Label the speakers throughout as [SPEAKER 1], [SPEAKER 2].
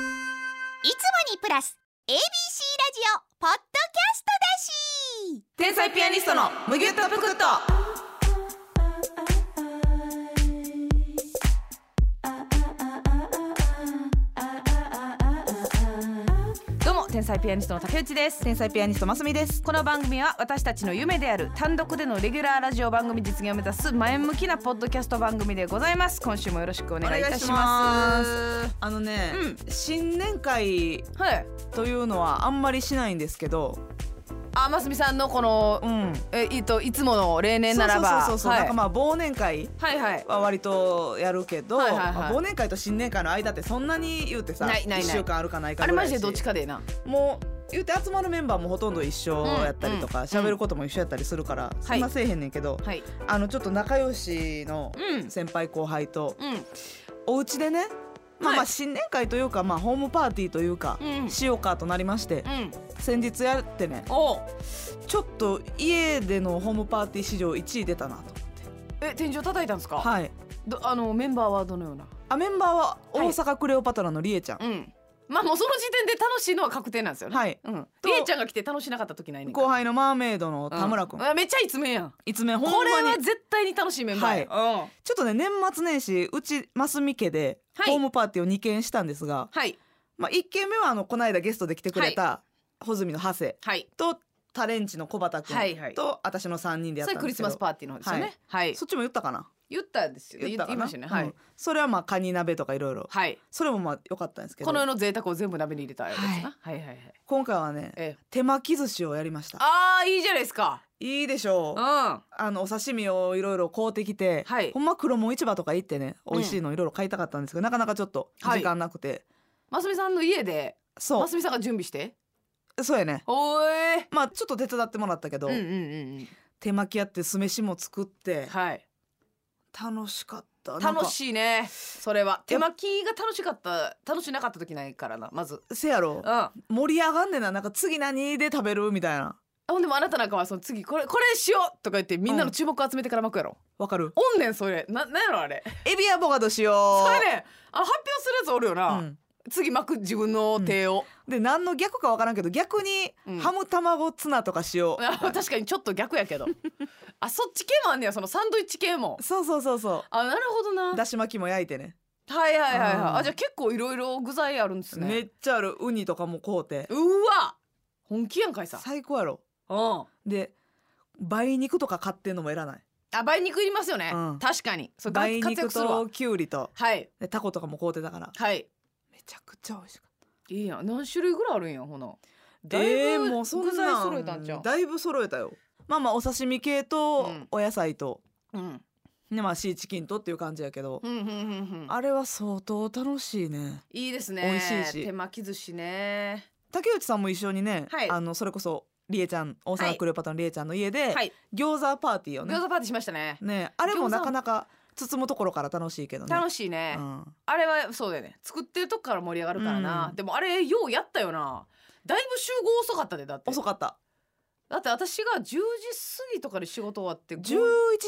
[SPEAKER 1] いつもにプラス ABC ラジオポッドキャストだし
[SPEAKER 2] 天才ピアニストのむぎゅっとぷくっとどうも天才ピアニストの竹内です
[SPEAKER 3] 天才ピアニストますみです
[SPEAKER 2] この番組は私たちの夢である単独でのレギュラーラジオ番組実現を目指す前向きなポッドキャスト番組でございます今週もよろしくお願いいたします
[SPEAKER 3] あのね、
[SPEAKER 2] うん
[SPEAKER 3] 新年会
[SPEAKER 2] はい
[SPEAKER 3] というのはあんまりしないんですけど
[SPEAKER 2] あますみさんのこの、
[SPEAKER 3] うん
[SPEAKER 2] えいといつもの例年ならば
[SPEAKER 3] そうそうそうそう、
[SPEAKER 2] はい
[SPEAKER 3] なんかまあ忘年会
[SPEAKER 2] はいはい
[SPEAKER 3] は割とやるけど、
[SPEAKER 2] はいはいはい
[SPEAKER 3] まあ忘年会と新年会の間ってそんなに言うてさ
[SPEAKER 2] ないないない
[SPEAKER 3] 1週間あるかないか
[SPEAKER 2] あれ
[SPEAKER 3] ぐら
[SPEAKER 2] マ
[SPEAKER 3] い
[SPEAKER 2] ジでどっち
[SPEAKER 3] か
[SPEAKER 2] かでええな
[SPEAKER 3] もう言うて集まるメンバーもほとんど一緒やったりとか
[SPEAKER 2] うん
[SPEAKER 3] 喋、ることも一緒やったりするから、そんなせえへんねんけど、
[SPEAKER 2] はい
[SPEAKER 3] あのちょっと仲良しの
[SPEAKER 2] うん
[SPEAKER 3] 先輩後輩と
[SPEAKER 2] うん
[SPEAKER 3] お家でね、まあ、ま
[SPEAKER 2] は
[SPEAKER 3] あ
[SPEAKER 2] い
[SPEAKER 3] 新年会というか、まあ、ホームパーティーというか、
[SPEAKER 2] うん
[SPEAKER 3] しようかとなりまして、
[SPEAKER 2] うん
[SPEAKER 3] 先日やってね
[SPEAKER 2] おう
[SPEAKER 3] ちょっと家でのホームパーティー史上1位出たな
[SPEAKER 2] え天井叩いたんですか
[SPEAKER 3] とはい
[SPEAKER 2] どあのメンバーはどのような
[SPEAKER 3] あメンバーは大阪クレオパトラのりえちゃん、
[SPEAKER 2] うんまあもうその時点で楽しいのは確定なんですよね
[SPEAKER 3] はい
[SPEAKER 2] うん
[SPEAKER 3] と
[SPEAKER 2] りえちゃんが来て楽しなかった時ないねんか
[SPEAKER 3] 後輩のマーメイドの田村君、
[SPEAKER 2] うんあめっちゃいつめやん
[SPEAKER 3] 一面ほん
[SPEAKER 2] これ
[SPEAKER 3] ま
[SPEAKER 2] は
[SPEAKER 3] に
[SPEAKER 2] 絶対に楽しいメンバーやうん
[SPEAKER 3] ちょっとね年末年始うちますみ家で
[SPEAKER 2] はい
[SPEAKER 3] ホームパーティーを2件したんですが、
[SPEAKER 2] はい
[SPEAKER 3] まあ、1件目はあのこの間ゲストで来てくれた穂積の長谷
[SPEAKER 2] はい
[SPEAKER 3] とタレンチの小畑君と、
[SPEAKER 2] はいはい
[SPEAKER 3] 私の3人でやっ
[SPEAKER 2] そ
[SPEAKER 3] たんですけど
[SPEAKER 2] れクリスマスパーティーの方ですよねはい
[SPEAKER 3] そっちも言ったかな
[SPEAKER 2] 言ったんですよね言
[SPEAKER 3] た
[SPEAKER 2] っ
[SPEAKER 3] か
[SPEAKER 2] てい
[SPEAKER 3] な
[SPEAKER 2] ましたねは
[SPEAKER 3] う
[SPEAKER 2] い
[SPEAKER 3] んそれはまあカニ鍋とかいろいろ
[SPEAKER 2] はい
[SPEAKER 3] それもまあ良かったんですけど
[SPEAKER 2] この世の贅沢を全部鍋に入れたやつなはいはいはい
[SPEAKER 3] 今回はね
[SPEAKER 2] ええ
[SPEAKER 3] 手巻き寿司をやりました
[SPEAKER 2] ああいいじゃないですか
[SPEAKER 3] いいでし
[SPEAKER 2] う
[SPEAKER 3] ょ
[SPEAKER 2] ん
[SPEAKER 3] うあのお刺身をいろいろ買うてきて、
[SPEAKER 2] はい
[SPEAKER 3] ほんま黒門市場とか行ってね美味しいのいろいろ買いたかったんですけど、なかなかちょっと
[SPEAKER 2] はい
[SPEAKER 3] 時間なくて、
[SPEAKER 2] ますみさんの家で
[SPEAKER 3] そ
[SPEAKER 2] ますみさんが準備して
[SPEAKER 3] うそうやね
[SPEAKER 2] おーい
[SPEAKER 3] まあちょっと手伝ってもらったけど、
[SPEAKER 2] うんうんうんうん
[SPEAKER 3] 手巻きやって酢飯も作って
[SPEAKER 2] はい
[SPEAKER 3] 楽しかったなんか
[SPEAKER 2] 楽しいねそれは手巻きが楽しかった楽しなかった時ないからなまず
[SPEAKER 3] せやろ
[SPEAKER 2] うん
[SPEAKER 3] 盛り上がんねんななんか次何で食べるみたいな
[SPEAKER 2] ほんでもあなたなんかはその次これこれしようとか言ってみんなの注目集めてから巻くやろ、
[SPEAKER 3] わかる
[SPEAKER 2] おんねんそれななんやろあれ
[SPEAKER 3] エビアボカドしよう
[SPEAKER 2] それねあの発表するやつおるよな、
[SPEAKER 3] うん
[SPEAKER 2] 次巻く自分の手を、
[SPEAKER 3] で何の逆か分からんけど逆に
[SPEAKER 2] うん
[SPEAKER 3] ハム卵ツナとかしよう、
[SPEAKER 2] あ確かにちょっと逆やけどあそっち系もあんねやそのサンドイッチ系も
[SPEAKER 3] そうそうそうそ
[SPEAKER 2] あなるほどな
[SPEAKER 3] うだし巻きも焼いてね
[SPEAKER 2] はいはいはいはい、
[SPEAKER 3] うん
[SPEAKER 2] あじゃあ結構いろいろ具材あるんですね
[SPEAKER 3] めっちゃあるウニとかも買うて
[SPEAKER 2] うわ本気やんかいさ
[SPEAKER 3] 最高やろ
[SPEAKER 2] うんあ
[SPEAKER 3] で梅肉とか買ってんのもいらない
[SPEAKER 2] 梅肉いりますよね、
[SPEAKER 3] うん
[SPEAKER 2] 確かにそれ
[SPEAKER 3] 梅
[SPEAKER 2] 活
[SPEAKER 3] 肉
[SPEAKER 2] 躍するわ
[SPEAKER 3] ときゅうりと
[SPEAKER 2] はい
[SPEAKER 3] でタコとかも買うてたから
[SPEAKER 2] はい
[SPEAKER 3] めちゃくちゃ美味しかっ
[SPEAKER 2] いいやん何種類ぐらいあるんやほな
[SPEAKER 3] た
[SPEAKER 2] だいぶ
[SPEAKER 3] えーもうそん
[SPEAKER 2] 具材
[SPEAKER 3] なん
[SPEAKER 2] 揃えたんちゃう
[SPEAKER 3] だいぶ揃えたよまあまあお刺身系
[SPEAKER 2] う
[SPEAKER 3] と
[SPEAKER 2] ん
[SPEAKER 3] お野菜と、
[SPEAKER 2] うん
[SPEAKER 3] ねまあシーチキンとっていう感じやけど、
[SPEAKER 2] うんうんうんうん
[SPEAKER 3] あれは相当楽しいね
[SPEAKER 2] いいですね
[SPEAKER 3] 美味しいし
[SPEAKER 2] 手巻き寿司ね
[SPEAKER 3] 竹内さんも一緒にね、
[SPEAKER 2] はい
[SPEAKER 3] あのそれこそりえちゃん大
[SPEAKER 2] は
[SPEAKER 3] 阪
[SPEAKER 2] い
[SPEAKER 3] クレオパトラのりえちゃんの家で、
[SPEAKER 2] はい
[SPEAKER 3] 餃子パーティーをね
[SPEAKER 2] 餃子パーティーしましたね
[SPEAKER 3] ねあれ
[SPEAKER 2] 餃子
[SPEAKER 3] もなかなか包むところから楽しいけどね
[SPEAKER 2] 楽
[SPEAKER 3] し
[SPEAKER 2] しいね、
[SPEAKER 3] うん、
[SPEAKER 2] あれはそうだよね作ってるとこから盛り上がるからな、
[SPEAKER 3] うん
[SPEAKER 2] でもあれようやったよなだいぶ集合遅かったでだって
[SPEAKER 3] 遅かった
[SPEAKER 2] だって私が10時過ぎとかで仕事終わって
[SPEAKER 3] 11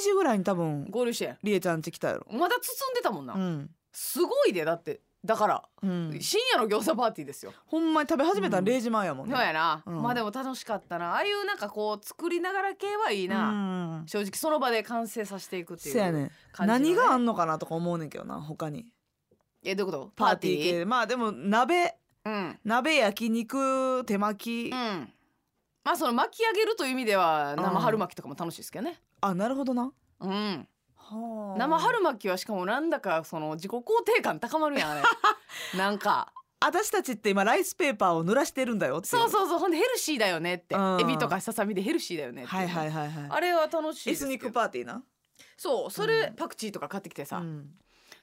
[SPEAKER 3] 時ぐらいに多分
[SPEAKER 2] 合流してん
[SPEAKER 3] りえちゃん家来たやろ
[SPEAKER 2] まだ包んでたもんな、
[SPEAKER 3] うん、
[SPEAKER 2] すごいでだってだから、
[SPEAKER 3] うん、
[SPEAKER 2] 深夜の餃子パーティーですよ、
[SPEAKER 3] ほんまに食べ始めたの0時前やもんね、
[SPEAKER 2] そうやな、
[SPEAKER 3] うん
[SPEAKER 2] まあでも楽しかったなああいうなんかこう作りながら系はいいな、
[SPEAKER 3] な
[SPEAKER 2] 正直その場で完成させていくっていう
[SPEAKER 3] せやねん
[SPEAKER 2] 感じのね
[SPEAKER 3] 何があんのかなとか思うねんけどな他に
[SPEAKER 2] えどういうこと
[SPEAKER 3] パーティー系
[SPEAKER 2] ー
[SPEAKER 3] でまあでも鍋
[SPEAKER 2] うん
[SPEAKER 3] 鍋焼肉手巻き、
[SPEAKER 2] うんまあその巻き上げるという意味では
[SPEAKER 3] うん
[SPEAKER 2] 生春巻きとかも楽しいですけどね
[SPEAKER 3] あなるほどな
[SPEAKER 2] うん
[SPEAKER 3] はあ
[SPEAKER 2] 生春巻きはしかもなんだかその自己肯定感高まるやんあ れなんか
[SPEAKER 3] 私たちって今ライスペーパーを濡らしてるんだよってい
[SPEAKER 2] そうそうそうほんでヘルシーだよねって
[SPEAKER 3] うん
[SPEAKER 2] エビとかささみでヘルシーだよねって
[SPEAKER 3] はいはい
[SPEAKER 2] い
[SPEAKER 3] はいはい
[SPEAKER 2] あれは楽しい
[SPEAKER 3] エ
[SPEAKER 2] です
[SPEAKER 3] ス
[SPEAKER 2] けど
[SPEAKER 3] ニックパーティーな
[SPEAKER 2] そうそれ
[SPEAKER 3] うん
[SPEAKER 2] パクチーとか買ってきてさ
[SPEAKER 3] うん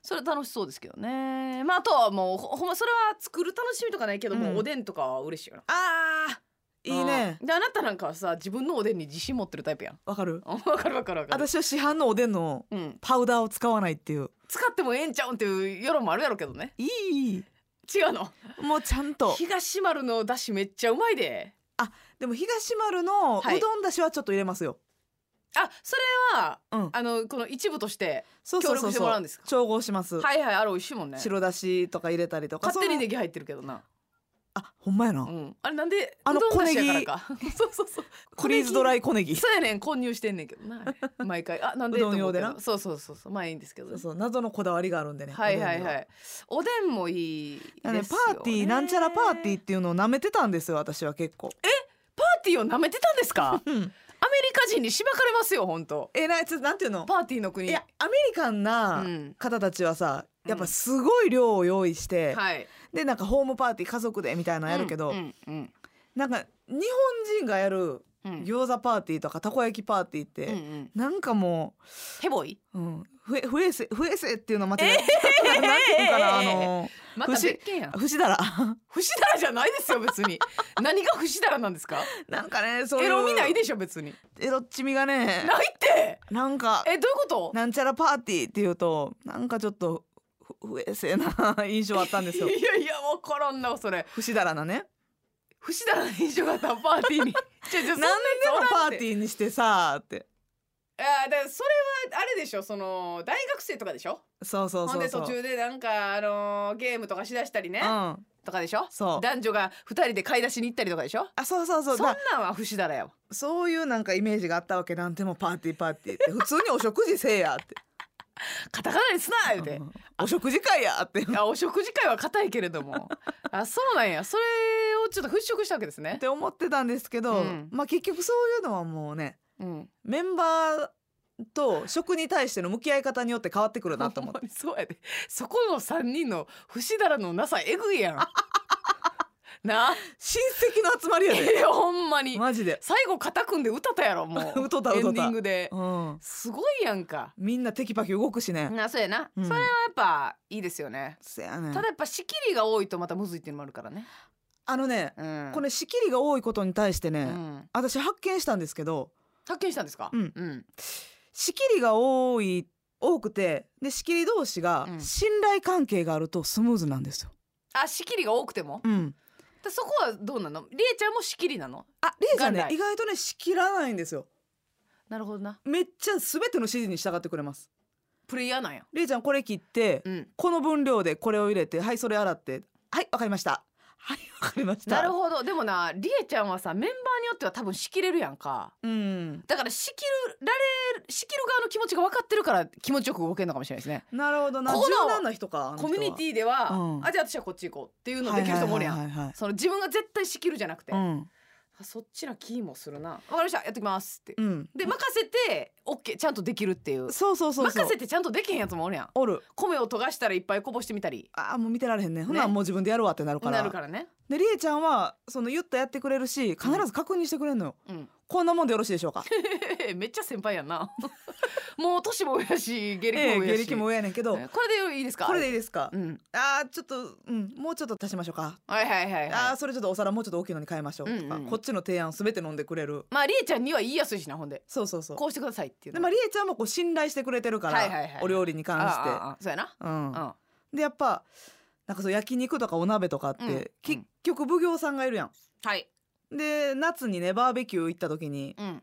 [SPEAKER 2] それ楽しそうですけどねまああとはもうほほんまそれは作る楽しみとかないけど
[SPEAKER 3] う
[SPEAKER 2] も
[SPEAKER 3] ん
[SPEAKER 2] おでんとかは嬉しいよな
[SPEAKER 3] あーいいね
[SPEAKER 2] うんであなたなんかはさ自分のおでんに自信持ってるタイプやん
[SPEAKER 3] わかる
[SPEAKER 2] わかるわかるわかる
[SPEAKER 3] 私は市販のおでんの
[SPEAKER 2] うん
[SPEAKER 3] パウダーを使わないっていう
[SPEAKER 2] 使ってもええんちゃうんっていう世論もあるやろうけどね
[SPEAKER 3] いい
[SPEAKER 2] 違うの
[SPEAKER 3] もうちゃんと
[SPEAKER 2] 東丸のだしめっちゃうまいで
[SPEAKER 3] でも東丸のう
[SPEAKER 2] はい
[SPEAKER 3] どんだしはちょっと入れますよ、
[SPEAKER 2] あそれは
[SPEAKER 3] うん
[SPEAKER 2] あのこの一部として
[SPEAKER 3] そうそうそ
[SPEAKER 2] 協力
[SPEAKER 3] う
[SPEAKER 2] しても
[SPEAKER 3] そ
[SPEAKER 2] らう
[SPEAKER 3] う
[SPEAKER 2] んですか
[SPEAKER 3] 調合します、
[SPEAKER 2] はいはいあれ美味しいもんね
[SPEAKER 3] 白だしとか入れたりとか
[SPEAKER 2] 勝手
[SPEAKER 3] そ
[SPEAKER 2] に
[SPEAKER 3] の
[SPEAKER 2] ネギ入ってるけどな
[SPEAKER 3] あほんまやな、
[SPEAKER 2] うん、あれなんで
[SPEAKER 3] あの
[SPEAKER 2] うどんだし
[SPEAKER 3] 小ネギ
[SPEAKER 2] やからか そうそうそう
[SPEAKER 3] フリーズド
[SPEAKER 2] イ
[SPEAKER 3] ライ小ネギそ
[SPEAKER 2] そうやねん混入してんねんけどなあれ 毎回あなんで
[SPEAKER 3] うどん用で
[SPEAKER 2] と
[SPEAKER 3] な
[SPEAKER 2] 思うけどそうそうそうそうまあいいんですけど
[SPEAKER 3] うそう謎のこだわりがあるんでね
[SPEAKER 2] はいはいはいいおでんもいいですよ、
[SPEAKER 3] パ
[SPEAKER 2] ね、
[SPEAKER 3] ーティーなんちゃらパーティーっていうのを舐めてたんですよ私は結構
[SPEAKER 2] パーティーを舐めてたんですか アメリ
[SPEAKER 3] うん
[SPEAKER 2] カ人にしばかれますよ本当
[SPEAKER 3] えなつなんていうの
[SPEAKER 2] パーティーの国
[SPEAKER 3] いやアメリカン
[SPEAKER 2] う
[SPEAKER 3] なん方たちはさ
[SPEAKER 2] うん
[SPEAKER 3] やっぱすごい量を用意して、
[SPEAKER 2] はい
[SPEAKER 3] でなんかホームパーティー家族でみたいなのやるけど、
[SPEAKER 2] うんうん
[SPEAKER 3] なんか日本人がやる
[SPEAKER 2] うんうん
[SPEAKER 3] 餃子パーティーとかたこ焼きパーティーって、
[SPEAKER 2] うんうん
[SPEAKER 3] なんかも
[SPEAKER 2] ヘボイ
[SPEAKER 3] う、うん、ふえ不衛生不衛生っていうの間違え、えなんていうのかなあの
[SPEAKER 2] また
[SPEAKER 3] 不思
[SPEAKER 2] 別件やん
[SPEAKER 3] 不死だ ら
[SPEAKER 2] 不死だらじゃないですよ別に 何が不死だらなんですか
[SPEAKER 3] なんかねそういう
[SPEAKER 2] エロ見ないでしょ別に
[SPEAKER 3] エロっちみがね
[SPEAKER 2] ないって
[SPEAKER 3] なんか
[SPEAKER 2] えどういうこと
[SPEAKER 3] なんちゃらパーティーっていうとなんかちょっとふ不衛生な印象あったんです よ
[SPEAKER 2] いやいやわからんなそれ
[SPEAKER 3] 不死だらなね
[SPEAKER 2] 不死だらの印象があったパーティーにちょちょそ
[SPEAKER 3] なんん
[SPEAKER 2] な
[SPEAKER 3] で
[SPEAKER 2] やつおらん
[SPEAKER 3] も
[SPEAKER 2] って
[SPEAKER 3] パーティーにしてさーって
[SPEAKER 2] あーだからそれはあれでしょその大学生とかでしょ
[SPEAKER 3] そうそう
[SPEAKER 2] ほん
[SPEAKER 3] そう
[SPEAKER 2] で
[SPEAKER 3] そう
[SPEAKER 2] 途中でなんかあのーゲームとかしだしたりね、
[SPEAKER 3] うん
[SPEAKER 2] とかでしょ
[SPEAKER 3] そう
[SPEAKER 2] 男女が二人で買い出しに行ったりとかでしょ
[SPEAKER 3] あそうそうそう
[SPEAKER 2] そん
[SPEAKER 3] だ
[SPEAKER 2] なんは不死だらやわ
[SPEAKER 3] そういうなんかイメージがあったわけなんでもパーティーパーティー って普通にお食事せえやって
[SPEAKER 2] カタカナにす な言うて、
[SPEAKER 3] うんお食事会やってっ
[SPEAKER 2] あお食事会は硬いけれ どもあそうなんやそれをちょっと払拭したわけで すね、
[SPEAKER 3] て思ってたんですけど、
[SPEAKER 2] うん
[SPEAKER 3] まあ結局そういうのはもうね
[SPEAKER 2] うん、
[SPEAKER 3] メンバーと食に対しての向き合い方によって変わってくるなと思っ
[SPEAKER 2] ほん
[SPEAKER 3] て
[SPEAKER 2] まにそうやでそこの三人の不死だらのなさえぐ いやんなあ
[SPEAKER 3] 親戚の集まりやで
[SPEAKER 2] いやほんまに
[SPEAKER 3] マジで
[SPEAKER 2] 最後肩組んで 歌ったやろもう
[SPEAKER 3] 歌った歌った
[SPEAKER 2] エンディングで
[SPEAKER 3] うん、
[SPEAKER 2] すごいやんか
[SPEAKER 3] みんなテキパキ動くしね。
[SPEAKER 2] なそうやな、
[SPEAKER 3] うん
[SPEAKER 2] それはやっぱいいですよね
[SPEAKER 3] せやねん
[SPEAKER 2] ただやっぱ仕切りが多いとまたむずいっていうのもあるからね、
[SPEAKER 3] あのね、
[SPEAKER 2] うん、
[SPEAKER 3] この仕切りが多いことに対してね、
[SPEAKER 2] うん、
[SPEAKER 3] 私発見したんですけど
[SPEAKER 2] 発見したんですか
[SPEAKER 3] うん
[SPEAKER 2] うん、
[SPEAKER 3] 仕切りが多い多くてで仕切り同士が
[SPEAKER 2] うん
[SPEAKER 3] 信頼関係があるとスムーズなんですよ。
[SPEAKER 2] あ仕切りが多くても
[SPEAKER 3] うん、
[SPEAKER 2] でそこはどうなのりえちゃんも仕切りなの
[SPEAKER 3] あレイちゃんね
[SPEAKER 2] 元来
[SPEAKER 3] 意外とね仕切らないんですよ。
[SPEAKER 2] なるほどな
[SPEAKER 3] めっちゃ全ての指示に従ってくれます。
[SPEAKER 2] プレイヤーなんや
[SPEAKER 3] レイちゃんこれ切って、
[SPEAKER 2] うん
[SPEAKER 3] この分量でこれを入れてはいそれ洗ってはいわかりましたはいわかりました。
[SPEAKER 2] なるほどでもなりえちゃんはさメンバーによっては多分仕切れるやんか
[SPEAKER 3] うん、
[SPEAKER 2] だから仕切るられる仕切る側の気持ちが分かってるから気持ちよく動けるのかもしれないですね
[SPEAKER 3] なるほどな
[SPEAKER 2] ここの
[SPEAKER 3] 柔軟な人かあの人
[SPEAKER 2] コ
[SPEAKER 3] は
[SPEAKER 2] ミュニティでは、
[SPEAKER 3] うん
[SPEAKER 2] あじゃあ私はこっち行こうっていうのできる人もおるやん、
[SPEAKER 3] はいはいはいはいはい
[SPEAKER 2] その自分が絶対仕切るじゃなくて、
[SPEAKER 3] うん
[SPEAKER 2] あそっちな気もするなわかりましたやってきますって、
[SPEAKER 3] うん、
[SPEAKER 2] で任せて OK ちゃんとできるっていう
[SPEAKER 3] そうそうそうそう
[SPEAKER 2] 任せてちゃんとできへんやつもおるやん
[SPEAKER 3] おる
[SPEAKER 2] 米を研がしたらいっぱいこぼしてみたり
[SPEAKER 3] あーもう見てられへんねほなもう自分でやるわってなるから
[SPEAKER 2] なるからね
[SPEAKER 3] でりえちゃんはその言ったやってくれるし必ず確認してくれるのよ、
[SPEAKER 2] うん
[SPEAKER 3] こんなもんでよろしいでしょうか
[SPEAKER 2] めっちゃ先輩や んなもう年も上やし芸
[SPEAKER 3] え
[SPEAKER 2] 歴
[SPEAKER 3] え
[SPEAKER 2] も上
[SPEAKER 3] 芸
[SPEAKER 2] やし、
[SPEAKER 3] 歴も上やねんけど、
[SPEAKER 2] これでいいですか
[SPEAKER 3] これでいいですか、
[SPEAKER 2] うん
[SPEAKER 3] あーちょっとうんもうちょっと足しましょうか、
[SPEAKER 2] はいはいはい、
[SPEAKER 3] あ
[SPEAKER 2] は
[SPEAKER 3] ー
[SPEAKER 2] い、
[SPEAKER 3] それちょっとお皿もうちょっと大きいのに変えましょうとか、
[SPEAKER 2] うんうんうん
[SPEAKER 3] こっちの提案すべて飲んでくれる
[SPEAKER 2] まありえちゃんには言いやすいしなほんで
[SPEAKER 3] そうそうそう
[SPEAKER 2] こうしてくださいっていう
[SPEAKER 3] で
[SPEAKER 2] の
[SPEAKER 3] まありえちゃんもこう信頼してくれてるから、
[SPEAKER 2] はいはいはい
[SPEAKER 3] お料理に関して
[SPEAKER 2] ああああそうやな
[SPEAKER 3] うん
[SPEAKER 2] うん
[SPEAKER 3] でやっぱなんかそう焼肉とかお鍋とかって、
[SPEAKER 2] うんうん
[SPEAKER 3] 結局奉行さんがいるやん
[SPEAKER 2] はい
[SPEAKER 3] で夏にねバーベキュー行った時に
[SPEAKER 2] うん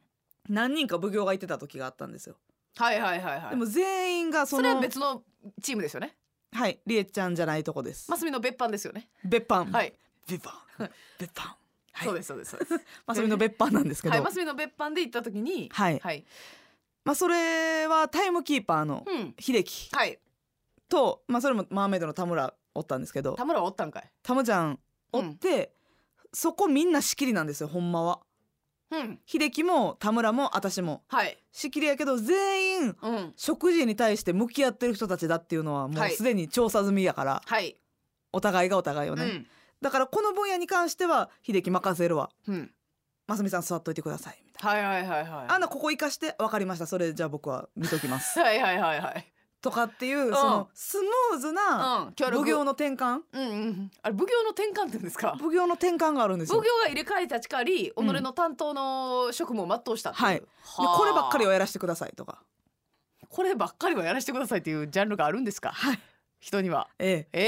[SPEAKER 3] 何人か奉行が行ってた時があったんですよ、
[SPEAKER 2] はいはいはいはい
[SPEAKER 3] でも全員がそ
[SPEAKER 2] そ
[SPEAKER 3] の
[SPEAKER 2] れは別のチームですよね
[SPEAKER 3] はいりえちゃんじゃないとこです、
[SPEAKER 2] マスミの別班ですよね
[SPEAKER 3] 別班
[SPEAKER 2] はい、
[SPEAKER 3] 別班別班はい
[SPEAKER 2] そうですそうですそうです
[SPEAKER 3] まあそれの別班なんですけど
[SPEAKER 2] は
[SPEAKER 3] はいい、
[SPEAKER 2] マスミの別班で行った時にはい
[SPEAKER 3] まあそれはタイムキーパーの
[SPEAKER 2] うん
[SPEAKER 3] 秀樹
[SPEAKER 2] はい
[SPEAKER 3] と、まあそれもマーメイドの田村おったんですけど
[SPEAKER 2] 田村はおったんかい
[SPEAKER 3] 田村ちゃんおって、そこみんな仕切りなんですよほんまは
[SPEAKER 2] うん
[SPEAKER 3] 秀樹も田村も私も
[SPEAKER 2] はい
[SPEAKER 3] 仕切りやけど全員
[SPEAKER 2] うん
[SPEAKER 3] 食事に対して向き合ってる人たちだっていうのはも
[SPEAKER 2] は
[SPEAKER 3] う
[SPEAKER 2] い
[SPEAKER 3] すでに調査済みやから、
[SPEAKER 2] はい
[SPEAKER 3] お互いがお互いを
[SPEAKER 2] う
[SPEAKER 3] ね、
[SPEAKER 2] ん
[SPEAKER 3] だからこの分野に関しては秀樹任せるわ
[SPEAKER 2] うん
[SPEAKER 3] ますみさん座っといてくださいみたい
[SPEAKER 2] はいはいはいはい
[SPEAKER 3] なあんなここ生かして分かりましたそれじゃあ僕は見ときま す
[SPEAKER 2] はいはいはいはい
[SPEAKER 3] とかっていう、
[SPEAKER 2] ん
[SPEAKER 3] そのスムーズな
[SPEAKER 2] うん協
[SPEAKER 3] 奉
[SPEAKER 2] 力
[SPEAKER 3] 行の転換
[SPEAKER 2] うんうんあれ奉行の転換って言うんですか
[SPEAKER 3] 奉行の転換があるんです
[SPEAKER 2] 奉行
[SPEAKER 3] よで
[SPEAKER 2] が入れ替え立ち替わり己
[SPEAKER 3] うん
[SPEAKER 2] の担当の職務を全うしたっていう
[SPEAKER 3] はいで
[SPEAKER 2] はあ
[SPEAKER 3] こればっかりはやらせてくださいとか
[SPEAKER 2] こればっかりはやらせてくださいっていうジャンルがあるんですか
[SPEAKER 3] はい
[SPEAKER 2] 人には
[SPEAKER 3] ええ
[SPEAKER 2] え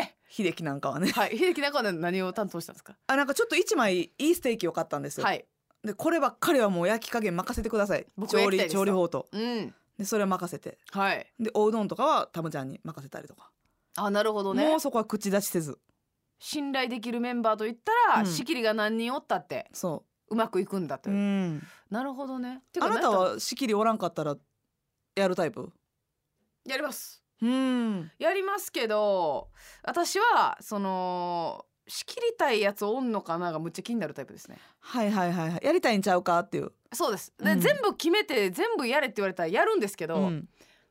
[SPEAKER 2] え
[SPEAKER 3] 秀樹なんかはね
[SPEAKER 2] はい秀樹なんかは何を担当したんですか
[SPEAKER 3] あなんかちょっと一枚いいステーキを買ったんですよ、
[SPEAKER 2] はい
[SPEAKER 3] でこればっかりはもう焼き加減任せてください
[SPEAKER 2] 僕がや
[SPEAKER 3] 調
[SPEAKER 2] りたい
[SPEAKER 3] 理
[SPEAKER 2] です
[SPEAKER 3] 調理法と
[SPEAKER 2] うん
[SPEAKER 3] でそれは任せて
[SPEAKER 2] はい
[SPEAKER 3] でおうどんとかはタムちゃんに任せたりとか、
[SPEAKER 2] あなるほどね
[SPEAKER 3] もうそこは口出しせず
[SPEAKER 2] 信頼できるメンバーといったら、
[SPEAKER 3] うん
[SPEAKER 2] 仕切りが何人おったって
[SPEAKER 3] そう
[SPEAKER 2] まくいくんだと
[SPEAKER 3] う、
[SPEAKER 2] いうう、
[SPEAKER 3] ん、
[SPEAKER 2] なるほどねてか
[SPEAKER 3] あな
[SPEAKER 2] 何
[SPEAKER 3] た
[SPEAKER 2] やったの
[SPEAKER 3] は仕切りおらんかったらやるタイプ
[SPEAKER 2] やります
[SPEAKER 3] うん
[SPEAKER 2] やりますけど私はその仕切りたいやつおんのかながむっちゃ気になるタイプですね
[SPEAKER 3] はいはいはいはいやりたいんちゃうかっていう、
[SPEAKER 2] そうですで、
[SPEAKER 3] うん
[SPEAKER 2] 全部決めて全部やれって言われたらやるんですけど、
[SPEAKER 3] うん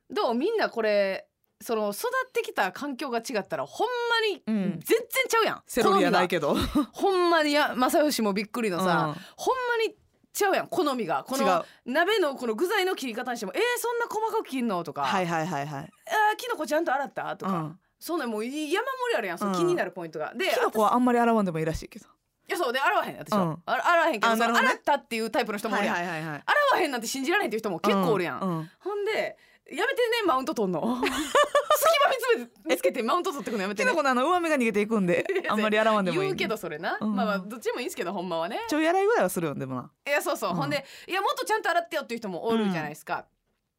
[SPEAKER 2] どうみんなこれその育ってきた環境が違ったらほん
[SPEAKER 3] う
[SPEAKER 2] まに
[SPEAKER 3] ん
[SPEAKER 2] 全然ちゃうやん、
[SPEAKER 3] セロリやない
[SPEAKER 2] け
[SPEAKER 3] けど
[SPEAKER 2] どほんまにや正義もびっくりのさ、
[SPEAKER 3] うん
[SPEAKER 2] ほんまにちゃうやん好みがこ
[SPEAKER 3] 違う
[SPEAKER 2] の鍋のこの具材の切り方にしてもえー、そんな細かく切んのとか、
[SPEAKER 3] はいはいはいはい
[SPEAKER 2] あーキノコちゃんと洗ったとか、
[SPEAKER 3] うん
[SPEAKER 2] そんなんもう山盛りあるやん、そう
[SPEAKER 3] うん
[SPEAKER 2] 気になるポイントがで
[SPEAKER 3] キノコはあんまり洗わんでもいいらしいけど
[SPEAKER 2] いやそうで洗わへん私は、
[SPEAKER 3] うん
[SPEAKER 2] あ洗わへんけど
[SPEAKER 3] あなるほどね
[SPEAKER 2] 洗ったっていうタイプの人もおるやん、
[SPEAKER 3] いはいはい
[SPEAKER 2] 洗わへんなんて信じられへんっていう人も結構おるやん、
[SPEAKER 3] ううん
[SPEAKER 2] ほんでやめてねマウント取ん の隙間見つめ見つけてマウント取ってくのやめ
[SPEAKER 3] キ
[SPEAKER 2] てね
[SPEAKER 3] ノコのあの上目が逃げていくん であんまり洗わんでもいい
[SPEAKER 2] 言うけどそれな、
[SPEAKER 3] うん
[SPEAKER 2] まあまあどっちでもいいんですけどほんまはね
[SPEAKER 3] ちょい洗いぐらいはするよねでもない
[SPEAKER 2] やそうそう、
[SPEAKER 3] うん
[SPEAKER 2] ほんでいやもっとちゃんと洗ってよっていう人もおるじゃないですか、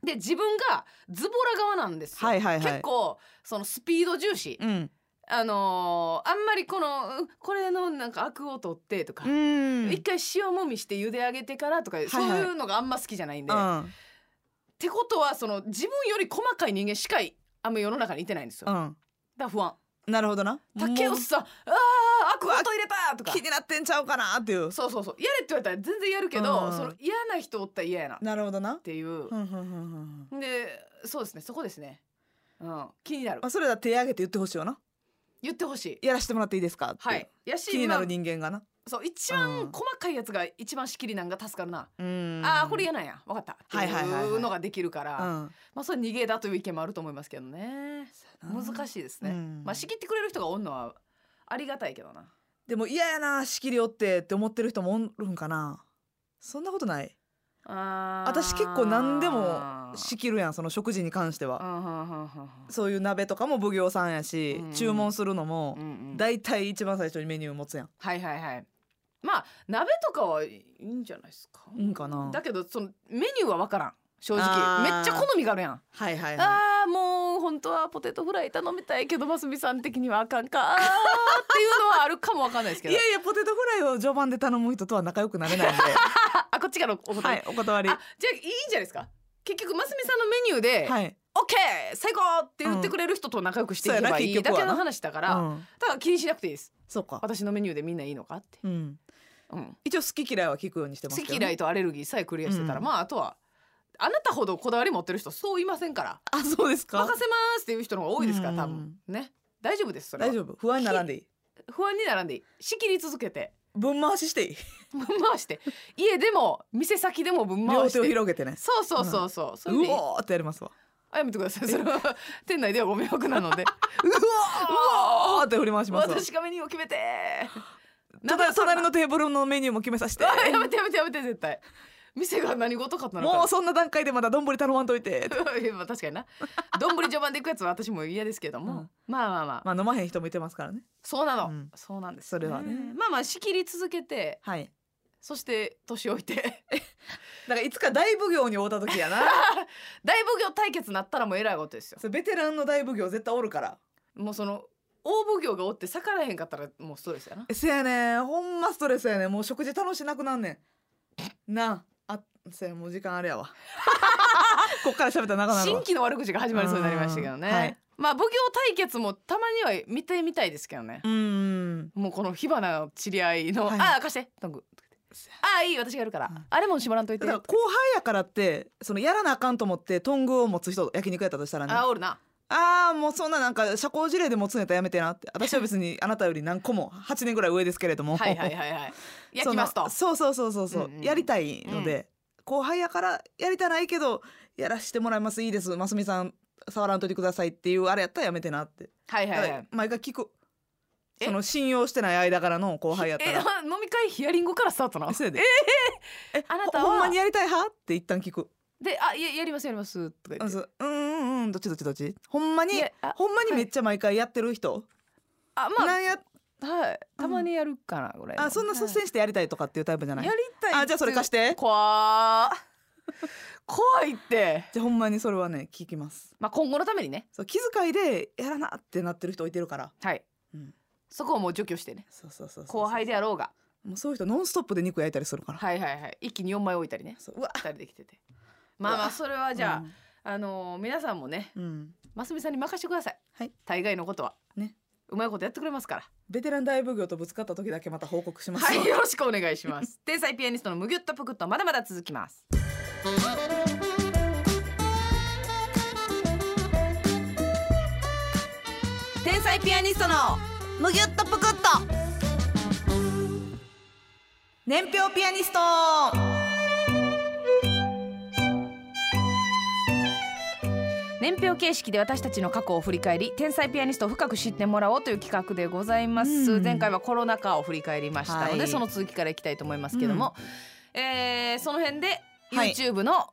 [SPEAKER 2] で自分がズボラ側なんですよ、
[SPEAKER 3] はいはいはい
[SPEAKER 2] 結構そのスピード重視、
[SPEAKER 3] うん
[SPEAKER 2] あのーあんまりこのうこれのなんかアクを取ってとか、
[SPEAKER 3] うん
[SPEAKER 2] 一回塩もみして茹で上げてからとか、
[SPEAKER 3] い
[SPEAKER 2] そういうのがあんま好きじゃないんで、っ
[SPEAKER 3] うん
[SPEAKER 2] てことはその自分より細かい人間しかいあんま世の中にいてないんですよ、だか
[SPEAKER 3] うん
[SPEAKER 2] ら不安
[SPEAKER 3] なるほどな
[SPEAKER 2] 竹
[SPEAKER 3] もう
[SPEAKER 2] 内さんあーアクを入れたとか
[SPEAKER 3] 気になってんちゃうかなっていう
[SPEAKER 2] そうそうそうやれって言われたら全然やるけど、
[SPEAKER 3] うん
[SPEAKER 2] その嫌な人おったら嫌やなっ
[SPEAKER 3] なるほどな
[SPEAKER 2] てい
[SPEAKER 3] ふん
[SPEAKER 2] う
[SPEAKER 3] ふんふんふんふん
[SPEAKER 2] でそうですねそこですね、うん、気になる
[SPEAKER 3] まあそれだ手挙げて言ってほしいよな
[SPEAKER 2] 言ってほしい
[SPEAKER 3] やらしてもらっていいですかってう
[SPEAKER 2] はいやし
[SPEAKER 3] 気になる
[SPEAKER 2] ま
[SPEAKER 3] 人間がな
[SPEAKER 2] あそう一
[SPEAKER 3] う
[SPEAKER 2] 番
[SPEAKER 3] ん
[SPEAKER 2] 細かいやつが一番仕切りなんが助かるな、
[SPEAKER 3] うん
[SPEAKER 2] ああこれ嫌なんや分かったって
[SPEAKER 3] はいはいはいはい
[SPEAKER 2] いうのができるから、
[SPEAKER 3] うん
[SPEAKER 2] まあそれ逃げだという意見もあると思いますけどね難しいですね、
[SPEAKER 3] うん
[SPEAKER 2] まあ仕切ってくれる人がおんのはありがたいけどな
[SPEAKER 3] でも嫌やな仕切りおってって思ってる人もおるんかなそんなことない
[SPEAKER 2] あー
[SPEAKER 3] 私結構何でも仕切るやんその食事に関して
[SPEAKER 2] う
[SPEAKER 3] は
[SPEAKER 2] んうんうんうん
[SPEAKER 3] そういう鍋とかも奉行さんやし、
[SPEAKER 2] うんうん
[SPEAKER 3] 注文するのも
[SPEAKER 2] うんうんうん
[SPEAKER 3] 大体一番最初にメニュー持つやん
[SPEAKER 2] はいはいはいまあ鍋とかはいいんじゃないですか
[SPEAKER 3] いいんかな
[SPEAKER 2] だけどそのメニューは分からん正直
[SPEAKER 3] あー
[SPEAKER 2] めっちゃ好みがあるやん
[SPEAKER 3] はいはいは
[SPEAKER 2] あーもう本当はポテトフライ頼みたいけどますみさん的にはあか んかあーっていうのはあるかもわかんないですけ
[SPEAKER 3] いい
[SPEAKER 2] ど
[SPEAKER 3] やいやポテトフライを序盤で頼む人とは仲良くなれないんで
[SPEAKER 2] あこっち からお答
[SPEAKER 3] は
[SPEAKER 2] え、
[SPEAKER 3] いお断り
[SPEAKER 2] あじゃあいいんじゃないですか結局ますみさんのメニューで「
[SPEAKER 3] はい、
[SPEAKER 2] オッケー最高!」って言ってくれる人と仲良くしていけばいい
[SPEAKER 3] うんそうやな結
[SPEAKER 2] だ
[SPEAKER 3] 局は
[SPEAKER 2] け
[SPEAKER 3] な
[SPEAKER 2] の話だか
[SPEAKER 3] う
[SPEAKER 2] ら、
[SPEAKER 3] ん、
[SPEAKER 2] だから気にしなくていいです
[SPEAKER 3] そうか、
[SPEAKER 2] 私のメニューでみんないいのかって、
[SPEAKER 3] うん、
[SPEAKER 2] うん、
[SPEAKER 3] 一応好き嫌いは聞くようにしてます
[SPEAKER 2] 好
[SPEAKER 3] けど
[SPEAKER 2] き
[SPEAKER 3] ね、
[SPEAKER 2] 嫌いとアレルギーさえクリアしてたら、
[SPEAKER 3] うん
[SPEAKER 2] まああとはあなたほどこだわり持ってる人そういませんから
[SPEAKER 3] あそうです
[SPEAKER 2] 任
[SPEAKER 3] か
[SPEAKER 2] せますっていう人の方が多いですから多分ね大丈夫ですそれは
[SPEAKER 3] 大丈夫不安にならんでいい
[SPEAKER 2] 不安に並んでいい仕切り続けて
[SPEAKER 3] 分回ししていい
[SPEAKER 2] ぶん回して家でも店先でもぶん
[SPEAKER 3] 両
[SPEAKER 2] 回
[SPEAKER 3] 手
[SPEAKER 2] し
[SPEAKER 3] を
[SPEAKER 2] て
[SPEAKER 3] 広げてね
[SPEAKER 2] そうそうそうそう、それでいうい
[SPEAKER 3] おーってやりますわ
[SPEAKER 2] あやめてくださいそれは店内ではご迷惑なの で
[SPEAKER 3] うおーって振り回しますわ
[SPEAKER 2] 私がメニューを決めて
[SPEAKER 3] ただ隣のテーブルのメニューも決めさせて
[SPEAKER 2] あ やめてやめてやめて絶対店が何事かとなるから
[SPEAKER 3] もうそんな段階でまだ丼頼まんといて
[SPEAKER 2] い やまあ確かにな丼序盤でいくやつは私も嫌ですけども、
[SPEAKER 3] うん
[SPEAKER 2] まあまあまあ、
[SPEAKER 3] まあ飲まへん人もいてますからね
[SPEAKER 2] そうなの、
[SPEAKER 3] うん
[SPEAKER 2] そうなんです、
[SPEAKER 3] それはね
[SPEAKER 2] まあまあ仕切り続けて
[SPEAKER 3] はい
[SPEAKER 2] そして年老いて
[SPEAKER 3] だからいつか大奉行に会うた時やな
[SPEAKER 2] 大奉行対決になったらもうえらいことですよ
[SPEAKER 3] それベテランの大奉行絶対おるから
[SPEAKER 2] もうその大奉行がおって逆らえへんかったらもうストレスやな
[SPEAKER 3] えせやねんほんまストレスやねんもう食事楽しなくなんねんなああせやもう時間あれやわ こっから喋ったら長なる
[SPEAKER 2] 新
[SPEAKER 3] わ
[SPEAKER 2] 規の悪口が始まりそうになりましたけどね、
[SPEAKER 3] うんはい
[SPEAKER 2] まあ奉行対決もたまには見てみたいですけどね
[SPEAKER 3] う、ーん
[SPEAKER 2] もうこの火花の知り合いの「
[SPEAKER 3] はい
[SPEAKER 2] ああ貸してトング」ああいい私がやるから、
[SPEAKER 3] うん
[SPEAKER 2] あれも縛らんといて
[SPEAKER 3] だ」から後輩やからってそのやらなあかんと思ってトングを持つ人焼肉やったとしたらね
[SPEAKER 2] あおるな
[SPEAKER 3] ああもうそんななんか社交辞令で持つネタやめてなって私は別 にあなたより何個も8年ぐらい上ですけれども
[SPEAKER 2] はいはいはいはい焼
[SPEAKER 3] その
[SPEAKER 2] きますと
[SPEAKER 3] そうそうそうそうそう、
[SPEAKER 2] うんうん
[SPEAKER 3] やりたいので、後輩やからやりたないけどやらしてもらいますいいですますみさん触らんといてくださいっていうあれやったらやめてなって、
[SPEAKER 2] はいは
[SPEAKER 3] だ
[SPEAKER 2] いは
[SPEAKER 3] か
[SPEAKER 2] い
[SPEAKER 3] ら毎回聞く
[SPEAKER 2] え
[SPEAKER 3] その信用してない間からの後輩やった
[SPEAKER 2] え
[SPEAKER 3] ら
[SPEAKER 2] あ飲み会ヒアリングからスタートなの
[SPEAKER 3] そやでえ
[SPEAKER 2] あなたは
[SPEAKER 3] ほほんまにやりたい派って一旦聞く
[SPEAKER 2] で「あいややりますやります」とか
[SPEAKER 3] うん
[SPEAKER 2] 言って
[SPEAKER 3] そううんうんうんどっちどっちどっちほんま
[SPEAKER 2] 「い
[SPEAKER 3] に
[SPEAKER 2] やあ
[SPEAKER 3] ほんまにめっちゃ毎回やってる人、
[SPEAKER 2] あま
[SPEAKER 3] なんや
[SPEAKER 2] あはいたまにやるかなこれ
[SPEAKER 3] あそんな率
[SPEAKER 2] はい
[SPEAKER 3] 先してやりたいとかっていうタイプじゃない
[SPEAKER 2] やりたい
[SPEAKER 3] あじゃあそれ貸して
[SPEAKER 2] 怖ー怖いって
[SPEAKER 3] じゃあほんまにそれはね聞きます
[SPEAKER 2] まあ今後のためにね
[SPEAKER 3] そう気遣いでやらなってなってる人いてるから
[SPEAKER 2] はい、
[SPEAKER 3] うん
[SPEAKER 2] そこをもう除去してね
[SPEAKER 3] そうそうそうそう
[SPEAKER 2] 後輩であろうが
[SPEAKER 3] もうそういう人ノンストップで肉焼いたりするから、
[SPEAKER 2] はいはいはい一気に4枚置いたりね
[SPEAKER 3] そううわ
[SPEAKER 2] 2人で来 ててまあまあそれはじゃあ、あのー皆さんもね
[SPEAKER 3] うん、うん
[SPEAKER 2] ますみさんに任せてください、
[SPEAKER 3] はい
[SPEAKER 2] 大概のことは
[SPEAKER 3] ね
[SPEAKER 2] うまいことやってくれますから
[SPEAKER 3] ベテラン大奉行とぶつかった時だけまた報告します
[SPEAKER 2] は
[SPEAKER 3] わ
[SPEAKER 2] いよろしくお願いします 天才ピアニストのむぎゅっとぷくっとまだまだ続きます天才ピアニストの
[SPEAKER 1] むぎゅっとぷくっと
[SPEAKER 3] 年表ピアニスト
[SPEAKER 2] 年表形式で私たちの過去を振り返り天才ピアニストを深く知ってもらおうという企画でございます、
[SPEAKER 3] うん
[SPEAKER 2] 前回はコロナ禍を振り返りましたので、
[SPEAKER 3] はい
[SPEAKER 2] その続きからいきたいと思いますけども、えーその辺で
[SPEAKER 3] はい
[SPEAKER 2] YouTube の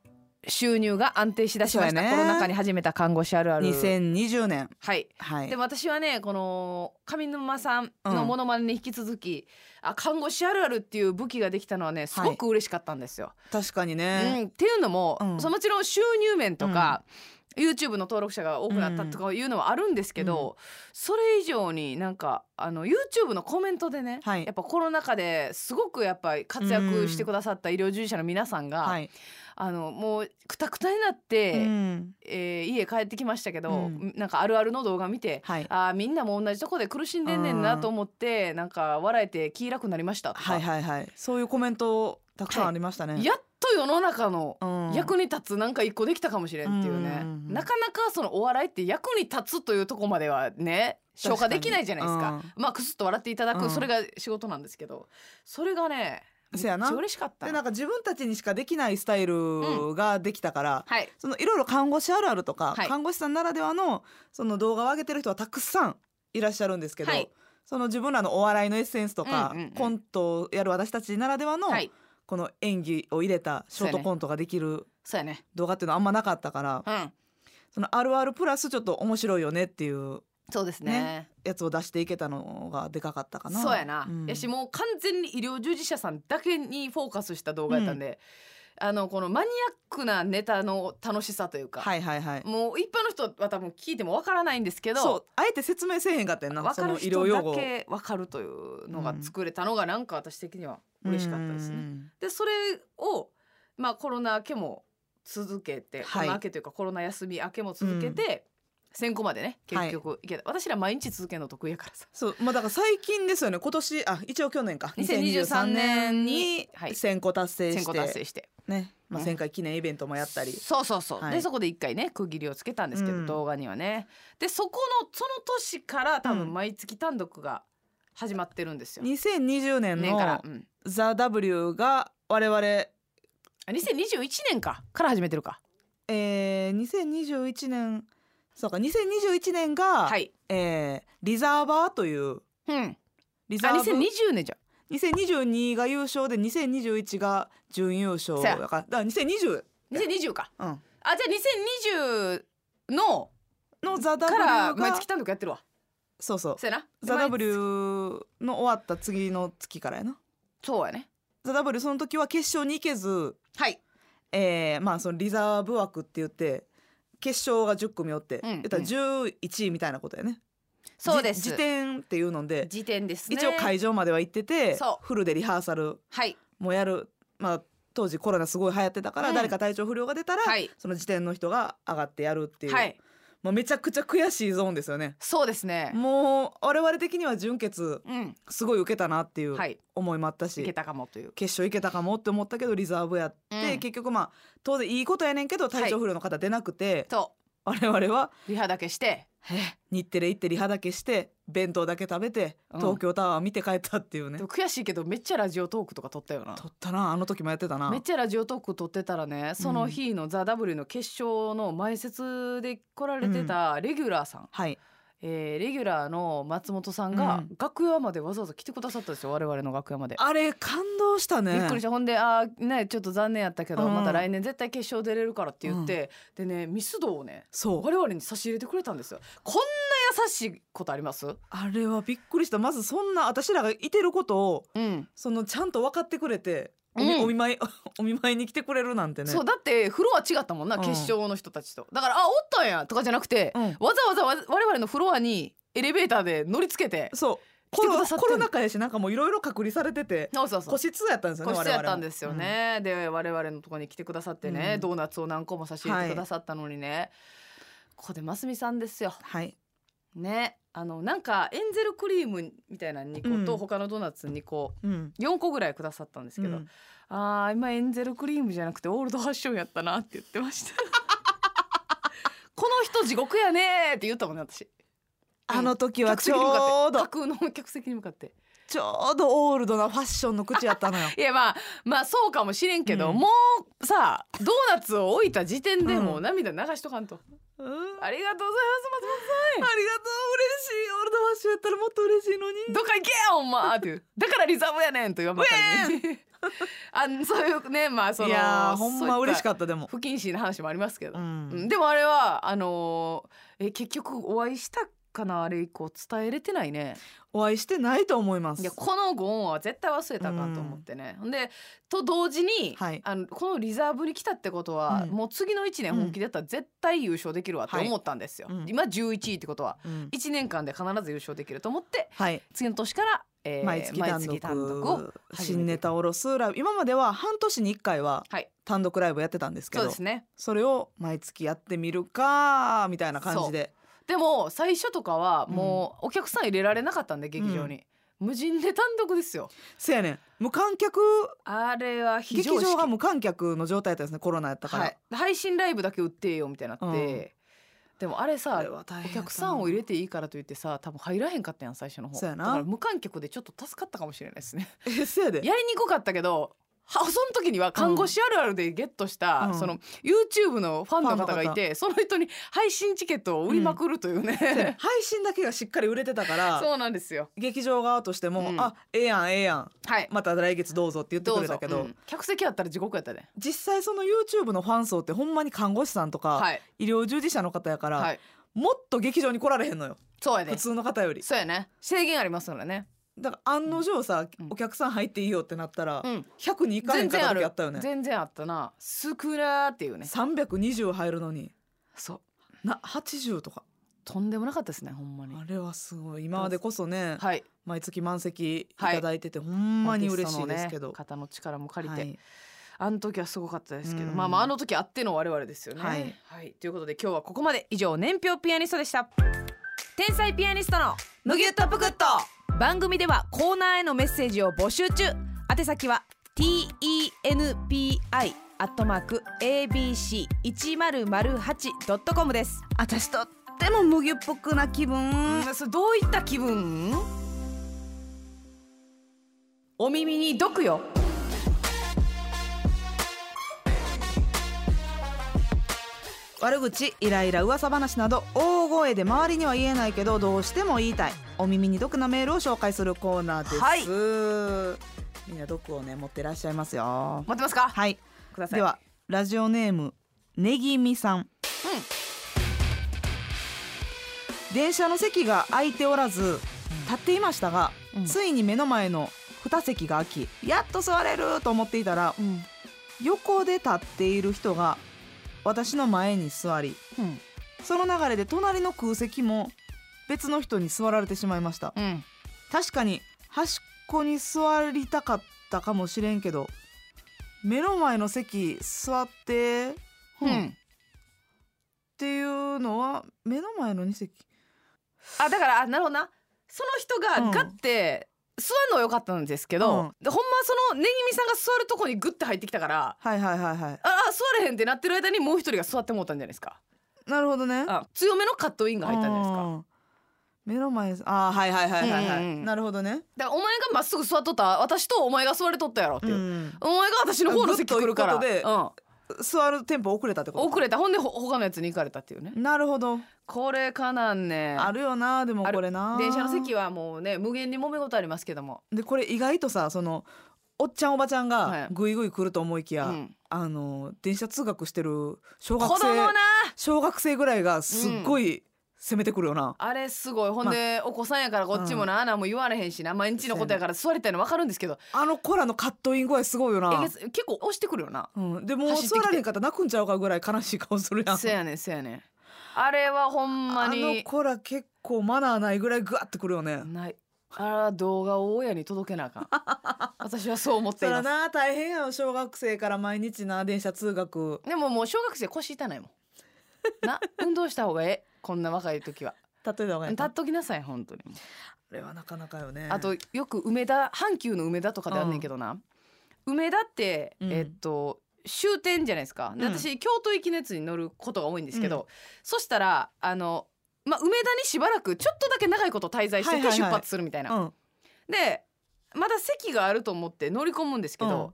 [SPEAKER 2] 収入が安定しだしました、
[SPEAKER 3] そうやね
[SPEAKER 2] コロナ禍に始めた看護師あるある
[SPEAKER 3] 2020年
[SPEAKER 2] はい
[SPEAKER 3] はい
[SPEAKER 2] でも私はねこの上沼さんのモノマネに引き続き、あ看護師あるあるっていう武器ができたのはねすごく嬉しかったんですよ。
[SPEAKER 3] 確かに
[SPEAKER 2] う
[SPEAKER 3] ね、
[SPEAKER 2] ん、っていうのも、
[SPEAKER 3] うん
[SPEAKER 2] そのもちろん収入面とか、YouTube の登録者が多くなったとかいうのはあるんですけど、それ以上になんかあの YouTube のコメントでね、
[SPEAKER 3] はい
[SPEAKER 2] やっぱコロナ禍ですごくやっぱり活躍してくださった医療従事者の皆さんが、
[SPEAKER 3] はい、
[SPEAKER 2] あのもうくたくたになって、
[SPEAKER 3] うん
[SPEAKER 2] えー家帰ってきましたけど、
[SPEAKER 3] うん
[SPEAKER 2] なんかあるあるの動画見て、
[SPEAKER 3] はい
[SPEAKER 2] あーみんなも同じとこで苦しんでんねんなと思ってなんか笑えて気楽になりましたとか、
[SPEAKER 3] はいはいはいそういうコメントたくさんありましたね、
[SPEAKER 2] やっと世の中の
[SPEAKER 3] うん
[SPEAKER 2] 役に立つなんか一個できたかもしれんっていうね、
[SPEAKER 3] うんうんうん
[SPEAKER 2] なかなかそのお笑いって役に立つというとこまではね消化できないじゃないですか
[SPEAKER 3] 確かに
[SPEAKER 2] まあくすっと笑っていただく、
[SPEAKER 3] うん
[SPEAKER 2] それが仕事なんですけどそれがねめっ
[SPEAKER 3] せ
[SPEAKER 2] ちゃ
[SPEAKER 3] やな
[SPEAKER 2] 嬉しかった
[SPEAKER 3] でなんか自分たちにしかできないスタイルができたから、
[SPEAKER 2] はい
[SPEAKER 3] そのいろいろ看護師あるあるとか、
[SPEAKER 2] はい
[SPEAKER 3] 看護師さんならではのその動画を上げてる人はたくさんいらっしゃるんですけど、
[SPEAKER 2] はい
[SPEAKER 3] その自分らのお笑いのエッセンスとか、
[SPEAKER 2] うんうんうん
[SPEAKER 3] コントをやる私たちならではの、
[SPEAKER 2] はい
[SPEAKER 3] この演技を入れたショー
[SPEAKER 2] そうや
[SPEAKER 3] ト
[SPEAKER 2] ね
[SPEAKER 3] コントができる
[SPEAKER 2] そうやね
[SPEAKER 3] 動画っていうのはあんまなかったから、
[SPEAKER 2] うん
[SPEAKER 3] そのあるあるプラスちょっと面白いよねっていう
[SPEAKER 2] そうですね
[SPEAKER 3] ねやつを出していけたのがでかかったかな。
[SPEAKER 2] そうやな、
[SPEAKER 3] ん
[SPEAKER 2] やしもう完全に医療従事者さんだけにフォーカスした動画やったんで、あのこのマニアックなネタの楽しさというか、
[SPEAKER 3] はいはいはい。
[SPEAKER 2] もう一般の人は多分聞いてもわからないんですけど
[SPEAKER 3] そうあえて説明せえへんかったよな
[SPEAKER 2] 分
[SPEAKER 3] そ
[SPEAKER 2] かる
[SPEAKER 3] の医
[SPEAKER 2] 人
[SPEAKER 3] 療用
[SPEAKER 2] だ
[SPEAKER 3] 語
[SPEAKER 2] け分かるというのが作れたのがなんか私的には嬉しかったですね。
[SPEAKER 3] ね。
[SPEAKER 2] でそれを、まあ、コロナ明けも続け
[SPEAKER 3] はい
[SPEAKER 2] て、コロナ明けというかコロナ休み明けも続けて、先行までね結局いけた、私ら毎日続けるの得意やからさ。
[SPEAKER 3] そうまあだから最近ですよね今年あ一応去年か
[SPEAKER 2] 2023
[SPEAKER 3] 2023
[SPEAKER 2] 年
[SPEAKER 3] 年
[SPEAKER 2] に
[SPEAKER 3] に
[SPEAKER 2] はい
[SPEAKER 3] 1000個達成
[SPEAKER 2] 先
[SPEAKER 3] し
[SPEAKER 2] 行
[SPEAKER 3] て、
[SPEAKER 2] 達成して
[SPEAKER 3] ね、まあ、
[SPEAKER 2] うん
[SPEAKER 3] 1000回記念イベントもやったり、
[SPEAKER 2] そうそうそう、
[SPEAKER 3] はい
[SPEAKER 2] でそこで一回ね区切りをつけたんですけど、
[SPEAKER 3] うん
[SPEAKER 2] 動画にはねでそこのその年から多
[SPEAKER 3] う
[SPEAKER 2] 分
[SPEAKER 3] ん
[SPEAKER 2] 毎月単独が始まってるんですよ、
[SPEAKER 3] 2020年
[SPEAKER 2] 年から、
[SPEAKER 3] の
[SPEAKER 2] うん、
[SPEAKER 3] 「THEW」が我々、え
[SPEAKER 2] あ2021年かから始めてるか
[SPEAKER 3] ー、2021年そうか2021年が、
[SPEAKER 2] はい、
[SPEAKER 3] えーリザーバーという
[SPEAKER 2] うん、
[SPEAKER 3] リザ
[SPEAKER 2] あ
[SPEAKER 3] ーブ
[SPEAKER 2] 2020年じゃん
[SPEAKER 3] 2022が優勝で2021が準優勝
[SPEAKER 2] そうや
[SPEAKER 3] だからだから2020、
[SPEAKER 2] 2020か
[SPEAKER 3] うん、
[SPEAKER 2] あじゃあ2020の
[SPEAKER 3] の「THEW」
[SPEAKER 2] から
[SPEAKER 3] が
[SPEAKER 2] 毎月単独やってるわ
[SPEAKER 3] そうそう
[SPEAKER 2] そうやな
[SPEAKER 3] 「THEW」の終わった次の月からやな。
[SPEAKER 2] そうやね
[SPEAKER 3] ザ・ダブルその時は決勝に行けず、
[SPEAKER 2] はい
[SPEAKER 3] えーまあそのリザーブ枠って言って決勝が10組おって、
[SPEAKER 2] うん
[SPEAKER 3] 言ったら
[SPEAKER 2] うん
[SPEAKER 3] 11位みたいなことやね
[SPEAKER 2] そうです
[SPEAKER 3] じ時点っていうので、
[SPEAKER 2] 時点ですね
[SPEAKER 3] 一応会場までは行ってて
[SPEAKER 2] そう
[SPEAKER 3] フルでリハーサル
[SPEAKER 2] はい
[SPEAKER 3] もやるまあ当時コロナすごい流行ってたから、
[SPEAKER 2] うん
[SPEAKER 3] 誰か体調不良が出たら、
[SPEAKER 2] はい
[SPEAKER 3] その時点の人が上がってやるっていう、
[SPEAKER 2] はい
[SPEAKER 3] もうめちゃくちゃ悔しいゾーンですよね
[SPEAKER 2] そうですね
[SPEAKER 3] もう我々的には準決
[SPEAKER 2] うん
[SPEAKER 3] すごい受けたなっていう
[SPEAKER 2] はい
[SPEAKER 3] 思いもあったし、
[SPEAKER 2] いけたかもという
[SPEAKER 3] 決勝行けたかもって思ったけどリザーブやって、
[SPEAKER 2] うん
[SPEAKER 3] 結局まあ当然いいことやねんけど体調不良の方出なくて、
[SPEAKER 2] と
[SPEAKER 3] 我々は
[SPEAKER 2] リハだけして
[SPEAKER 3] 日テレ行ってリハだけして弁当だけ食べて
[SPEAKER 2] うん
[SPEAKER 3] 東京タワー見て帰ったっていうね、
[SPEAKER 2] でも悔しいけどめっちゃラジオトークとか撮ったよな
[SPEAKER 3] 撮ったなあの時もやってたな
[SPEAKER 2] めっちゃラジオトーク撮ってたらねその日の「ザ・ w の決勝の前説で来られてたレギュラーさん、
[SPEAKER 3] はい
[SPEAKER 2] えーレギュラーの松本さんが
[SPEAKER 3] うん
[SPEAKER 2] 楽屋までわざわざ来てくださったんですよ我々の楽屋まで。
[SPEAKER 3] あれ感動したね
[SPEAKER 2] びっくりしたほんで「あーねちょっと残念やったけど、
[SPEAKER 3] うん
[SPEAKER 2] また来年絶対決勝出れるから」って言って、でねミスドをね
[SPEAKER 3] そう
[SPEAKER 2] 我々に差し入れてくれたんですよ。こんな優しいことあります、
[SPEAKER 3] あれはびっくりしたまずそんな私らがいてることを
[SPEAKER 2] うん
[SPEAKER 3] そのちゃんと分かってくれておみ,、
[SPEAKER 2] うん
[SPEAKER 3] お見舞い お見舞いに来てくれるなんてね
[SPEAKER 2] そうだってフロア違ったもんな、
[SPEAKER 3] うん
[SPEAKER 2] 決勝の人たちとだからあおったんやとかじゃなくて、
[SPEAKER 3] うん
[SPEAKER 2] わざわざわ我々のフロアにエレベーターで乗りつけて
[SPEAKER 3] そうコ
[SPEAKER 2] 来てく
[SPEAKER 3] ロ
[SPEAKER 2] ださってんの
[SPEAKER 3] コロナ禍やしなんかもういろいろ隔離されてて
[SPEAKER 2] そうそうそう
[SPEAKER 3] 個室やったんですよね
[SPEAKER 2] 個室やったんですよ、
[SPEAKER 3] 我々も
[SPEAKER 2] ね、で我々のところに来てくださってね、
[SPEAKER 3] うん
[SPEAKER 2] ドーナツを何個も差し入れてくださったのにね、ここでますみさんですよ
[SPEAKER 3] うんはい
[SPEAKER 2] ねあのなんかエンゼルクリームみたいな2個と、
[SPEAKER 3] うん
[SPEAKER 2] 他のドーナツ2個
[SPEAKER 3] うん
[SPEAKER 2] 4個ぐらいくださったんですけど、
[SPEAKER 3] うん
[SPEAKER 2] あー今エンゼルクリームじゃなくてオールドファッションやったなって言ってました この人地獄やねーって言ったもんね私
[SPEAKER 3] あの時は
[SPEAKER 2] 客
[SPEAKER 3] ち
[SPEAKER 2] 席
[SPEAKER 3] ょ
[SPEAKER 2] に向
[SPEAKER 3] う
[SPEAKER 2] かって
[SPEAKER 3] ど
[SPEAKER 2] 架空の客席に向かって
[SPEAKER 3] ちょうどオールドなファッションの口やったのよ
[SPEAKER 2] いやまあまあそうかもしれんけど、
[SPEAKER 3] うん
[SPEAKER 2] もうさドーナツを置いた時点で
[SPEAKER 3] うん
[SPEAKER 2] もう涙流しとかんと、
[SPEAKER 3] うんありがとう嬉しい
[SPEAKER 2] ありがとうござい
[SPEAKER 3] オ
[SPEAKER 2] ます松
[SPEAKER 3] ールドファッションやったらもっと嬉しいのに
[SPEAKER 2] 本どっか行けよほんまっていうだからリザーブやねんと言わんばかりに あそういうねまあ その
[SPEAKER 3] いやーほんま嬉し
[SPEAKER 2] っ
[SPEAKER 3] かったで
[SPEAKER 2] た
[SPEAKER 3] も
[SPEAKER 2] 不謹慎な話もありますけど、
[SPEAKER 3] うん
[SPEAKER 2] うんでもあれはあのーえ結局お会いしたかなあれ以降伝えれてないね
[SPEAKER 3] お会いしてないと思います
[SPEAKER 2] いやこのご恩は絶対忘れたらあかんと思ってね、ほん、でと同時に、
[SPEAKER 3] はい
[SPEAKER 2] あのこのリザーブに来たってことは、
[SPEAKER 3] うん
[SPEAKER 2] もう次の1年本気でやったら絶対優勝できるわって
[SPEAKER 3] はい
[SPEAKER 2] 思ったんですよ、
[SPEAKER 3] うん
[SPEAKER 2] 今11位ってことは
[SPEAKER 3] うん
[SPEAKER 2] 1年間で必ず優勝できると思って
[SPEAKER 3] はい
[SPEAKER 2] 次の年から、えー
[SPEAKER 3] 毎月単
[SPEAKER 2] 毎
[SPEAKER 3] 独
[SPEAKER 2] 月単独を始めていく
[SPEAKER 3] 新ネタおろすライブ今までは半年に1回は
[SPEAKER 2] はい
[SPEAKER 3] 単独ライブやってたんですけ
[SPEAKER 2] そう
[SPEAKER 3] ど
[SPEAKER 2] ですね
[SPEAKER 3] それを毎月やってみるかみたいな感じで
[SPEAKER 2] でも最初とかはもうお客さん入れられなかったんで劇場に、無人で単独ですよ
[SPEAKER 3] せやねん無観客
[SPEAKER 2] あれは非
[SPEAKER 3] 劇
[SPEAKER 2] 常識
[SPEAKER 3] 場が無観客の状態だったんですねコロナやったから、
[SPEAKER 2] はい、配信ライブだけ売ってよみたいになって、
[SPEAKER 3] うん
[SPEAKER 2] でもあれ
[SPEAKER 3] あ
[SPEAKER 2] さ
[SPEAKER 3] れは大変やっ
[SPEAKER 2] お
[SPEAKER 3] たな
[SPEAKER 2] 客さんを入れていいからといってさ多分入らへんかったやん最初の方
[SPEAKER 3] そうやな
[SPEAKER 2] だから無観客でちょっと助かったかもしれないですね
[SPEAKER 3] えせやで
[SPEAKER 2] やりにくかったけどはその時には看護師あるあるでゲットし
[SPEAKER 3] う
[SPEAKER 2] た、
[SPEAKER 3] ん
[SPEAKER 2] その YouTube のファンの方がいてその人に配信チケットを売りまくると いう
[SPEAKER 3] せやねん
[SPEAKER 2] ね、
[SPEAKER 3] 配信だけがしっかり売れてたから
[SPEAKER 2] そうなんですよ
[SPEAKER 3] 劇場側としても、
[SPEAKER 2] うん
[SPEAKER 3] あええやんええやん
[SPEAKER 2] はい
[SPEAKER 3] また来月どうぞって言って
[SPEAKER 2] ど
[SPEAKER 3] く
[SPEAKER 2] う
[SPEAKER 3] れ
[SPEAKER 2] ぞ
[SPEAKER 3] たけど
[SPEAKER 2] うん客席あったら地獄やったで、
[SPEAKER 3] 実際その YouTube のファン層ってほんまに看護師さんとか、
[SPEAKER 2] はい
[SPEAKER 3] 医療従事者の方やから、
[SPEAKER 2] はい
[SPEAKER 3] もっと劇場に来られへんのよ
[SPEAKER 2] そうや
[SPEAKER 3] 普
[SPEAKER 2] で
[SPEAKER 3] 通の方より
[SPEAKER 2] そうやね制限ありますからね
[SPEAKER 3] だから案の定さ、
[SPEAKER 2] うん
[SPEAKER 3] お客さん入っていいよってなったら、
[SPEAKER 2] うん
[SPEAKER 3] 100に行かへん
[SPEAKER 2] 全
[SPEAKER 3] かっ
[SPEAKER 2] 然
[SPEAKER 3] た
[SPEAKER 2] あ
[SPEAKER 3] 時
[SPEAKER 2] る
[SPEAKER 3] あったよね
[SPEAKER 2] 全然あったな少なーっていうね
[SPEAKER 3] 320入るのに
[SPEAKER 2] そう
[SPEAKER 3] な80とか
[SPEAKER 2] とんでもなかったですねほんまに
[SPEAKER 3] あれはすごい今までこそね、
[SPEAKER 2] はい
[SPEAKER 3] 毎月満席い
[SPEAKER 2] はい
[SPEAKER 3] ただいてて、ほんまに嬉しいですけど、
[SPEAKER 2] ゲストのね、方の力も借りて、
[SPEAKER 3] はい
[SPEAKER 2] あの時はすごかったですけど
[SPEAKER 3] うん
[SPEAKER 2] まあまああの時あっての我々ですよね
[SPEAKER 3] はい、
[SPEAKER 2] はい、ということで今日はここまで以上年表ピアニストでした天才ピアニストの
[SPEAKER 3] むぎゅっとぷくっと
[SPEAKER 2] 番組ではコーナーへのメッセージを募集中宛先は tenpi アットマーク abc1008.com です
[SPEAKER 3] 私とっても麦っぽくな気分
[SPEAKER 2] うんそれどういった気分お耳に毒よ
[SPEAKER 3] 悪口イライラ噂話など大声で周りには言えないけどどうしても言いたいお耳に毒なメールを紹介するコーナーです、
[SPEAKER 2] はい
[SPEAKER 3] みんな毒をね持ってらっしゃいますよ
[SPEAKER 2] 待ってますか
[SPEAKER 3] はい
[SPEAKER 2] ください
[SPEAKER 3] ではラジオネームねぎみさん、電車の席が空いておらず立っていましたが、
[SPEAKER 2] うん
[SPEAKER 3] ついに目の前の2席が空きやっと座れると思っていたら
[SPEAKER 2] うん
[SPEAKER 3] 横で立っている人が私の前に座り
[SPEAKER 2] うん
[SPEAKER 3] その流れで隣の空席も別の人に座られてしまいました
[SPEAKER 2] うん
[SPEAKER 3] 確かに端っこに座りたかったかもしれんけど目の前の席座って
[SPEAKER 2] う
[SPEAKER 3] うん
[SPEAKER 2] ん
[SPEAKER 3] っていうのは目の前の2席
[SPEAKER 2] あだからあなるほどなその人
[SPEAKER 3] う
[SPEAKER 2] が
[SPEAKER 3] ん
[SPEAKER 2] ガッて座るのは良かったんですけど、
[SPEAKER 3] うん
[SPEAKER 2] でほんまそのねぎみさんが座るとこにグッて入ってきたから
[SPEAKER 3] はいはいはいはい
[SPEAKER 2] ああ座れへんってなってる間にもう一人が座ってもうたんじゃないですか
[SPEAKER 3] なるほどね
[SPEAKER 2] あ強めのカットインが入ったんじゃないですか
[SPEAKER 3] うん目の前ああはいはいはいはいはい、
[SPEAKER 2] うんうんうん
[SPEAKER 3] なるほどね
[SPEAKER 2] だからお前がまっすぐ座っとった私とお前が座れとったやろっていう、
[SPEAKER 3] うん
[SPEAKER 2] お前が私の方の席来るから
[SPEAKER 3] グッと行く
[SPEAKER 2] うん、
[SPEAKER 3] 座るテンポ遅れたってこと
[SPEAKER 2] 遅れたほんでほ他のやつに行かれたっていうね
[SPEAKER 3] なるほど
[SPEAKER 2] これかなんね
[SPEAKER 3] あるよなでも
[SPEAKER 2] ある
[SPEAKER 3] これな
[SPEAKER 2] 電車の席はもうね無限に揉め事ありますけども、
[SPEAKER 3] でこれ意外とさそのおっちゃんおばちゃん
[SPEAKER 2] はい
[SPEAKER 3] がぐいぐい来ると思いき
[SPEAKER 2] う
[SPEAKER 3] や、
[SPEAKER 2] ん、
[SPEAKER 3] あの電車通学してる小
[SPEAKER 2] 子
[SPEAKER 3] 学
[SPEAKER 2] 供な
[SPEAKER 3] 生小学生ぐらいがすっごい攻めてくるよな、
[SPEAKER 2] あれすごいほんで、お子さんやからこっちもな、何も言われへんしな毎日のことやから座りたいの分かるんですけど、
[SPEAKER 3] あの子らのカットイン具合すごいよ
[SPEAKER 2] え
[SPEAKER 3] な
[SPEAKER 2] げつ結構押してくるよな
[SPEAKER 3] うん、でも
[SPEAKER 2] 走ってき
[SPEAKER 3] 座
[SPEAKER 2] て
[SPEAKER 3] られへんかったら泣くんちゃうかぐらい悲しい顔するやん
[SPEAKER 2] せやねんせやねんあれはほんま
[SPEAKER 3] あの
[SPEAKER 2] に
[SPEAKER 3] 子ら結構マナーないぐらいグワッてくるよね
[SPEAKER 2] ないあら動画を親に届けな あかん私はそう思って
[SPEAKER 3] そ
[SPEAKER 2] い
[SPEAKER 3] ら
[SPEAKER 2] ます
[SPEAKER 3] な大変やろ小学生から毎日な電車通学
[SPEAKER 2] でももう小学生腰痛ないもんな運動した方がええこんな若い 時は
[SPEAKER 3] 例えば
[SPEAKER 2] 立っときなさい本当に
[SPEAKER 3] あれはなかなかよね
[SPEAKER 2] あとよく梅田阪急の梅田とかであんねんけどな、梅田って、
[SPEAKER 3] うん
[SPEAKER 2] えっと終点じゃないですかで
[SPEAKER 3] うん
[SPEAKER 2] 私京都行きのやつに乗ることが多いんですけど、そしたらあの、まあ、梅田にしばらくちょっとだけ長いこと滞在して
[SPEAKER 3] はいはい
[SPEAKER 2] て
[SPEAKER 3] はい
[SPEAKER 2] 出発するみたいな、
[SPEAKER 3] うん
[SPEAKER 2] でまだ席があると思って乗り込むんですけど、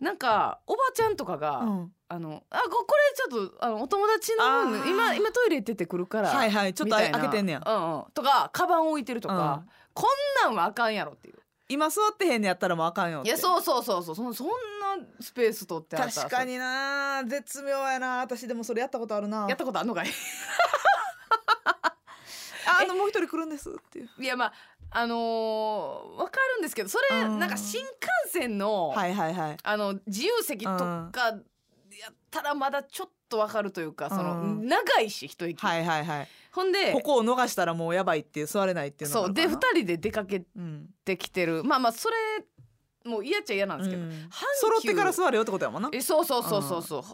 [SPEAKER 2] なんかおばちゃんとかが、
[SPEAKER 3] うん
[SPEAKER 2] あのあここれちょっとあのお友達の
[SPEAKER 3] あ
[SPEAKER 2] 分
[SPEAKER 3] ー
[SPEAKER 2] 今今トイレ出てくるから、
[SPEAKER 3] はいはいちょっとあ
[SPEAKER 2] みたいな
[SPEAKER 3] 開けてんねや
[SPEAKER 2] うんうん、とかカバン置いてるとか、
[SPEAKER 3] うん
[SPEAKER 2] こんなんはあかんやろっていう
[SPEAKER 3] 今座ってへんねやったらもうあかんよっ
[SPEAKER 2] い
[SPEAKER 3] て
[SPEAKER 2] やそうそうそうそうそんそんなスペース取ってあったら
[SPEAKER 3] 確かにな絶妙やな私でもそれやったことあるな
[SPEAKER 2] やったことあんのかい
[SPEAKER 3] ああのもう一人来るんですっていう
[SPEAKER 2] いやまああのーわかるんですけどそれ
[SPEAKER 3] うん
[SPEAKER 2] なんか新幹線の、
[SPEAKER 3] はいはいはい
[SPEAKER 2] あの自由席とかやったらまだちょっとわかるというかその、
[SPEAKER 3] うん
[SPEAKER 2] 長いし一息、
[SPEAKER 3] はいはいはい
[SPEAKER 2] ほんで
[SPEAKER 3] ここを逃したらもうやばいっていう座れないっていうのがあ
[SPEAKER 2] そう
[SPEAKER 3] る
[SPEAKER 2] で
[SPEAKER 3] か
[SPEAKER 2] 二
[SPEAKER 3] な
[SPEAKER 2] 人で出かけ
[SPEAKER 3] うん
[SPEAKER 2] てきてるまあまあそれもう嫌っちゃ嫌なんですけど、
[SPEAKER 3] うん
[SPEAKER 2] 阪急
[SPEAKER 3] 揃ってから座るよってことやもんな
[SPEAKER 2] えそうそうそうそうそう阪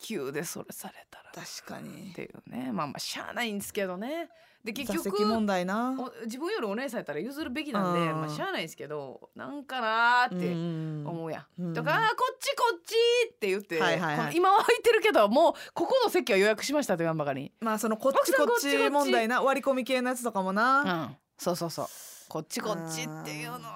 [SPEAKER 2] 急でそれされたら
[SPEAKER 3] 確か
[SPEAKER 2] っ
[SPEAKER 3] に
[SPEAKER 2] ていうねまあまあしゃあないんですけどねで結
[SPEAKER 3] 座
[SPEAKER 2] 局
[SPEAKER 3] 席問題な
[SPEAKER 2] お自分よりお姉さんやったら譲るべきなんで
[SPEAKER 3] うん
[SPEAKER 2] まあしゃあないんですけどなんかなーって
[SPEAKER 3] 思
[SPEAKER 2] 思うやん。
[SPEAKER 3] うん
[SPEAKER 2] とかあー「こっちこっち!」って言って、
[SPEAKER 3] はいはいはい
[SPEAKER 2] この今は空いてるけどもうここの席は予約しましたと言わんばかり
[SPEAKER 3] まあそのこっち
[SPEAKER 2] 奥さ
[SPEAKER 3] こ
[SPEAKER 2] んこ
[SPEAKER 3] っ
[SPEAKER 2] っち
[SPEAKER 3] ち問題な割り込み系のやつとかも
[SPEAKER 2] う
[SPEAKER 3] なん
[SPEAKER 2] そうそうそうこっちこっちっていうのはな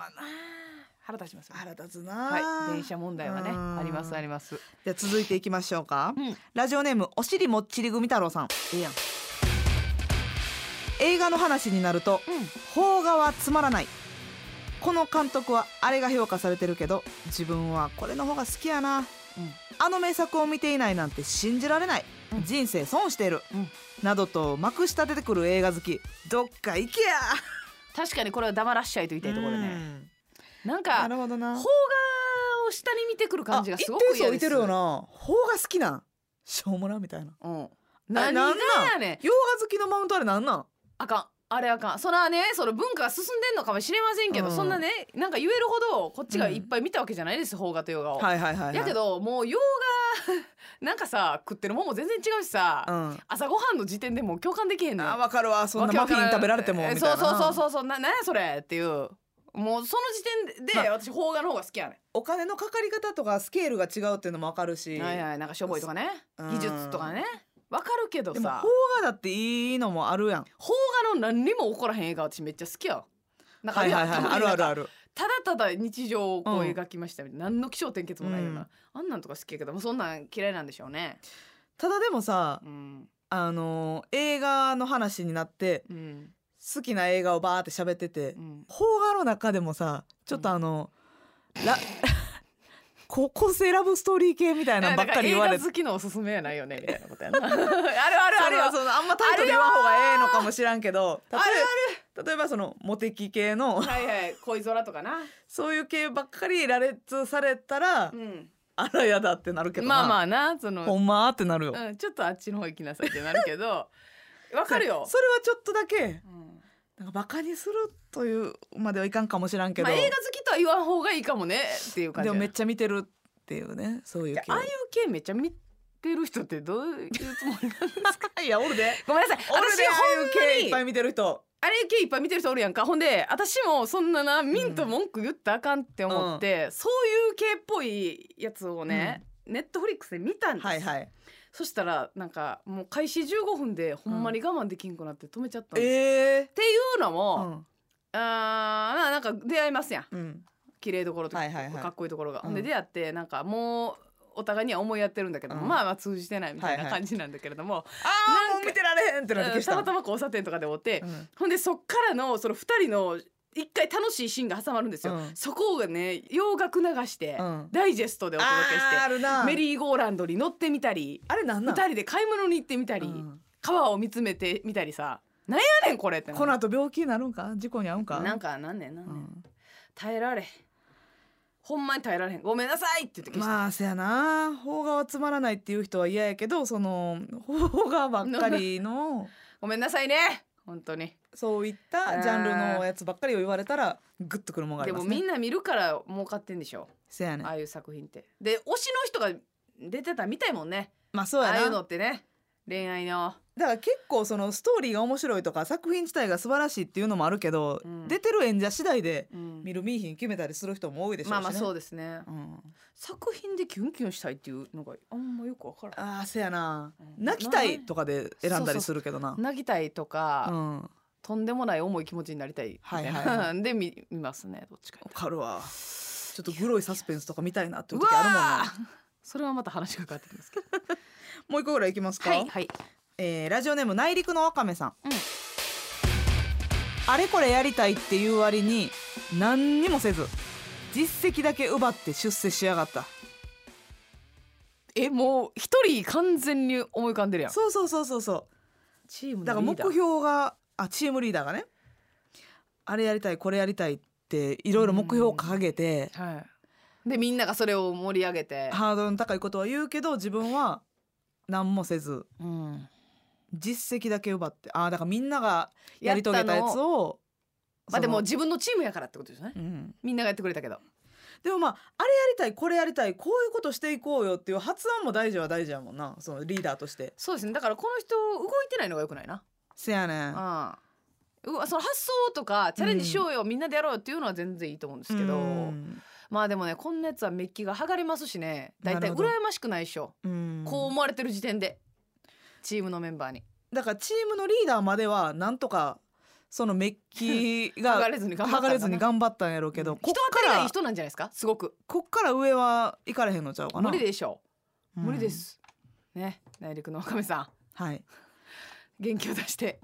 [SPEAKER 2] 腹立ちますよね
[SPEAKER 3] 腹立つな
[SPEAKER 2] はい電車問題はね
[SPEAKER 3] うん
[SPEAKER 2] ありますあります
[SPEAKER 3] じゃあ続いていきましょうか
[SPEAKER 2] うん
[SPEAKER 3] ラジオネームおしりもっちり組太郎さん
[SPEAKER 2] いいやん
[SPEAKER 3] 映画の話になると邦画はつまらないこの監督はあれが評価されてるけど自分はこれの方が好きやなあの名作を見ていないなんて信じられない、
[SPEAKER 2] うん
[SPEAKER 3] 人生損している、
[SPEAKER 2] うん
[SPEAKER 3] などとまくし立ててくる映画好きどっか行けや
[SPEAKER 2] 確かにこれは黙らしちゃいと言いたいところでねな
[SPEAKER 3] な
[SPEAKER 2] んか
[SPEAKER 3] るほどな
[SPEAKER 2] 邦画を下に見てくる感じがすご
[SPEAKER 3] あ
[SPEAKER 2] く
[SPEAKER 3] 一定
[SPEAKER 2] 嫌
[SPEAKER 3] 数
[SPEAKER 2] で
[SPEAKER 3] い
[SPEAKER 2] す
[SPEAKER 3] てるよな邦画好きなんしょうもなみたいな
[SPEAKER 2] うん、何
[SPEAKER 3] な
[SPEAKER 2] が
[SPEAKER 3] んなん
[SPEAKER 2] やねん
[SPEAKER 3] 洋画好きのマウントあれなんなん
[SPEAKER 2] あかんあれあかんそらねその文化が進んでんのかもしれませんけど、
[SPEAKER 3] うん
[SPEAKER 2] そんなねなんか言えるほどこっちがいっぱい見たわけじゃないです邦画と洋画を。
[SPEAKER 3] はいはいはい、はい、
[SPEAKER 2] やけどもう洋画 なんかさ食ってるもんも全然違うしさ、
[SPEAKER 3] うん
[SPEAKER 2] 朝ごはんの時点でもう共感できへんねん
[SPEAKER 3] あわかるわそんな
[SPEAKER 2] わけ
[SPEAKER 3] マ
[SPEAKER 2] わ
[SPEAKER 3] フ
[SPEAKER 2] か
[SPEAKER 3] ィ
[SPEAKER 2] ら
[SPEAKER 3] ン
[SPEAKER 2] ん
[SPEAKER 3] 食べられてもみたいな
[SPEAKER 2] えそうそうそうそうそうななんやそれっていうもうその時点で、
[SPEAKER 3] まあ
[SPEAKER 2] 私邦画の方が好きやね
[SPEAKER 3] お金のかかり方とかスケールが違うっていうのもわかるし、
[SPEAKER 2] ん、はいはいなんかしょぼいとかね
[SPEAKER 3] うん
[SPEAKER 2] 技術とかねわかるけど
[SPEAKER 3] でも
[SPEAKER 2] さ
[SPEAKER 3] 邦画だっていいのもあるやん
[SPEAKER 2] 邦画の何にも起こらへん映画私めっちゃ好きやわなんか
[SPEAKER 3] はい
[SPEAKER 2] るやん
[SPEAKER 3] はいはい
[SPEAKER 2] た
[SPEAKER 3] あ
[SPEAKER 2] まに
[SPEAKER 3] る
[SPEAKER 2] な
[SPEAKER 3] あ
[SPEAKER 2] んか
[SPEAKER 3] るある
[SPEAKER 2] ただただ日常をこう
[SPEAKER 3] うん
[SPEAKER 2] 描きましたみたいな、何の気象転結もないような、あんなんとか好きやけどもうそんなん嫌いなんでしょうね
[SPEAKER 3] ただでもさ
[SPEAKER 2] うん
[SPEAKER 3] あのー映画の話になって
[SPEAKER 2] うん
[SPEAKER 3] 好きな映画をバーって喋ってて
[SPEAKER 2] うん
[SPEAKER 3] 邦画の中でもさちょっとあの、 ラ高校生ラブストーリー系みたいなのばっかり言われ
[SPEAKER 2] だから
[SPEAKER 3] て
[SPEAKER 2] 映画好きのおすすめやな いよねみたいなことやなあるあるあるよ
[SPEAKER 3] そのそのあんまタイトル言わん方がええのかもしらんけど例え
[SPEAKER 2] ある
[SPEAKER 3] 例えばそのモテキ系の
[SPEAKER 2] はいはい恋空とかな、
[SPEAKER 3] そういう系ばっかり羅列されたら、
[SPEAKER 2] うん、
[SPEAKER 3] あらやだってなるけどな
[SPEAKER 2] まあまあなその
[SPEAKER 3] ほんまーってなるよ、
[SPEAKER 2] うん、ちょっとあっちの方行きなさいってなるけど わかるよ
[SPEAKER 3] それはちょっとだけ
[SPEAKER 2] うん
[SPEAKER 3] なんかバカにするというまではいかんかもしらんけど、
[SPEAKER 2] まあ、映画好きとは言わん方がいいかもねっていう感
[SPEAKER 3] で
[SPEAKER 2] じや
[SPEAKER 3] も
[SPEAKER 2] な
[SPEAKER 3] めっちゃ見てるっていうねそういう
[SPEAKER 2] じゃあああいう系めっちゃ見てる人ってどういうつ もりなんですか
[SPEAKER 3] 系いやおるで
[SPEAKER 2] ごめん なさい
[SPEAKER 3] おるでああいう
[SPEAKER 2] 私ほんま
[SPEAKER 3] 系いっ
[SPEAKER 2] に
[SPEAKER 3] ぱい見てる人
[SPEAKER 2] あれ系いっぱい見てる人おるやんかほんで私もそんななミント文句言ったらあかんって思って、そういう系っぽいやつをね、ネットフリックスで見たんです、
[SPEAKER 3] はいはい
[SPEAKER 2] そしたらなんかもう開始15分でほんまに我慢できんくなって止めちゃったんで
[SPEAKER 3] え
[SPEAKER 2] す、っていうの
[SPEAKER 3] ー、
[SPEAKER 2] も、
[SPEAKER 3] ん
[SPEAKER 2] あーななんか出会いますやん
[SPEAKER 3] うん
[SPEAKER 2] 綺麗どころとか、
[SPEAKER 3] はいはいはい
[SPEAKER 2] かっこいいところが、
[SPEAKER 3] うん
[SPEAKER 2] ほんで出会ってなんかもうお互いには思いやってるんだけども、
[SPEAKER 3] うん
[SPEAKER 2] まあまあ通じてないみたい
[SPEAKER 3] はい
[SPEAKER 2] な
[SPEAKER 3] はい
[SPEAKER 2] 感じなんだけれども、
[SPEAKER 3] あ
[SPEAKER 2] なん
[SPEAKER 3] ー
[SPEAKER 2] か
[SPEAKER 3] もう見てられへんってなって
[SPEAKER 2] うん
[SPEAKER 3] 消した
[SPEAKER 2] たまたま交差点とかでおって、
[SPEAKER 3] うん
[SPEAKER 2] ほんでそっからのその2人の一回楽しいシーンが挟まるんですよ、
[SPEAKER 3] うん
[SPEAKER 2] そこをね洋楽流して、
[SPEAKER 3] うん
[SPEAKER 2] ダイジェストでお届けし
[SPEAKER 3] あーあ
[SPEAKER 2] て
[SPEAKER 3] るな
[SPEAKER 2] メリーゴーランドに乗ってみたり
[SPEAKER 3] あれなんな
[SPEAKER 2] 2
[SPEAKER 3] ん
[SPEAKER 2] 人で買い物に行ってみたり、
[SPEAKER 3] うん
[SPEAKER 2] 川を見つめてみたりさなんやねんこれってな
[SPEAKER 3] この後病気になるんか事故に遭うんか
[SPEAKER 2] なんかなんねんなんねん、
[SPEAKER 3] うん
[SPEAKER 2] 耐えられへんほんまに耐えられへんごめんなさいって言って消した、
[SPEAKER 3] まあせやな邦画はつまら ないっていう人は嫌やけどその邦画ばっかりの
[SPEAKER 2] ごめんなさいね本当に
[SPEAKER 3] そういったジャンルのやつばっかりを言われたらグッとくるもんがあ
[SPEAKER 2] で
[SPEAKER 3] りま
[SPEAKER 2] も
[SPEAKER 3] す
[SPEAKER 2] み
[SPEAKER 3] ね
[SPEAKER 2] んな見るから儲かってんでしょ
[SPEAKER 3] せやねん
[SPEAKER 2] ああいう作品ってで推しの人が出てたみたいもんね
[SPEAKER 3] まあそう
[SPEAKER 2] あ
[SPEAKER 3] や
[SPEAKER 2] あ
[SPEAKER 3] な
[SPEAKER 2] いうのってね恋愛の
[SPEAKER 3] だから結構そのストーリーが面白いとか作品自体が素晴らしいっていうのもあるけど、
[SPEAKER 2] うん
[SPEAKER 3] 出てる演者次第で
[SPEAKER 2] うん
[SPEAKER 3] 見る見いひん決めたりする人も多いでしょうし、ね、
[SPEAKER 2] まあまあそう
[SPEAKER 3] う、
[SPEAKER 2] ですね
[SPEAKER 3] ん、
[SPEAKER 2] 作品でキュンキュンしたいっていうのがあんまよくわから
[SPEAKER 3] ああせやな
[SPEAKER 2] うん
[SPEAKER 3] 泣きたいとかで選んだりするけどな、
[SPEAKER 2] ん泣きたいとか、
[SPEAKER 3] うん、わ
[SPEAKER 2] とんでもない重い気持ちになりたいみたいな、
[SPEAKER 3] はいはいは
[SPEAKER 2] で見見ますねどっちか
[SPEAKER 3] かるわちょっとグロいサスペンスとか見たいなっていうう時あるもんな
[SPEAKER 2] わーそれはまた話が変わってきますけど
[SPEAKER 3] もう一個ぐらいいきますか、
[SPEAKER 2] はいはい
[SPEAKER 3] えーラジオネーム内陸のわかめさん、
[SPEAKER 2] うん
[SPEAKER 3] あれこれやりたいっていう割に何にもせず実績だけ奪って出世しやがった
[SPEAKER 2] えもう一人完全に思い浮かんでるやん
[SPEAKER 3] そうそうそうそうそう
[SPEAKER 2] チーム
[SPEAKER 3] だ
[SPEAKER 2] の
[SPEAKER 3] から
[SPEAKER 2] リ
[SPEAKER 3] 目
[SPEAKER 2] ーダー
[SPEAKER 3] 標があチームリーダーがねあれやりたいこれやりたいっていろいろ目標を掲げて
[SPEAKER 2] はいでみんながそれを盛り上げて、
[SPEAKER 3] ハードルの高いことは言うけど自分は何もせず
[SPEAKER 2] うん、
[SPEAKER 3] 実績だけ奪ってあーだからみんながやり遂げたや
[SPEAKER 2] やっ
[SPEAKER 3] つ
[SPEAKER 2] たの
[SPEAKER 3] を
[SPEAKER 2] まあでも
[SPEAKER 3] そ
[SPEAKER 2] 自分のチームやからってことですね
[SPEAKER 3] のうん
[SPEAKER 2] みんながやってくれたけど
[SPEAKER 3] でもまああれやりたいこれやりたいこういうことしていこうよっていう発案も大事は大事やもんなそのリーダーとして
[SPEAKER 2] そうですねだからこの人動いてないのがよくないな
[SPEAKER 3] せやねん
[SPEAKER 2] うんうわその発想とかチャレンジしようよ、みんなでやろうよっていうのは全然いいと思うんですけど、
[SPEAKER 3] うん
[SPEAKER 2] まあでもねこんなやつはメッキが剥がれますしねだい
[SPEAKER 3] な
[SPEAKER 2] たい
[SPEAKER 3] る
[SPEAKER 2] 羨
[SPEAKER 3] ほど
[SPEAKER 2] ましくないでしょ、
[SPEAKER 3] うん
[SPEAKER 2] こう思われてる時点でチームのメンバーに
[SPEAKER 3] だからチームのリーダーまではなんとかそのメッキ
[SPEAKER 2] 剥
[SPEAKER 3] が
[SPEAKER 2] がれずに頑
[SPEAKER 3] 剥
[SPEAKER 2] 張
[SPEAKER 3] が
[SPEAKER 2] ったんだな
[SPEAKER 3] れずに頑張ったんやろうけど、
[SPEAKER 2] うん
[SPEAKER 3] こ
[SPEAKER 2] 人
[SPEAKER 3] っ
[SPEAKER 2] 当た
[SPEAKER 3] か
[SPEAKER 2] りがいい
[SPEAKER 3] ら
[SPEAKER 2] 人なんじゃないですかすごく
[SPEAKER 3] こっから上は行かれへんのちゃうかな
[SPEAKER 2] 無理でしょう、
[SPEAKER 3] うん
[SPEAKER 2] 無理ですね内陸の若めさん
[SPEAKER 3] はい
[SPEAKER 2] 元気を出して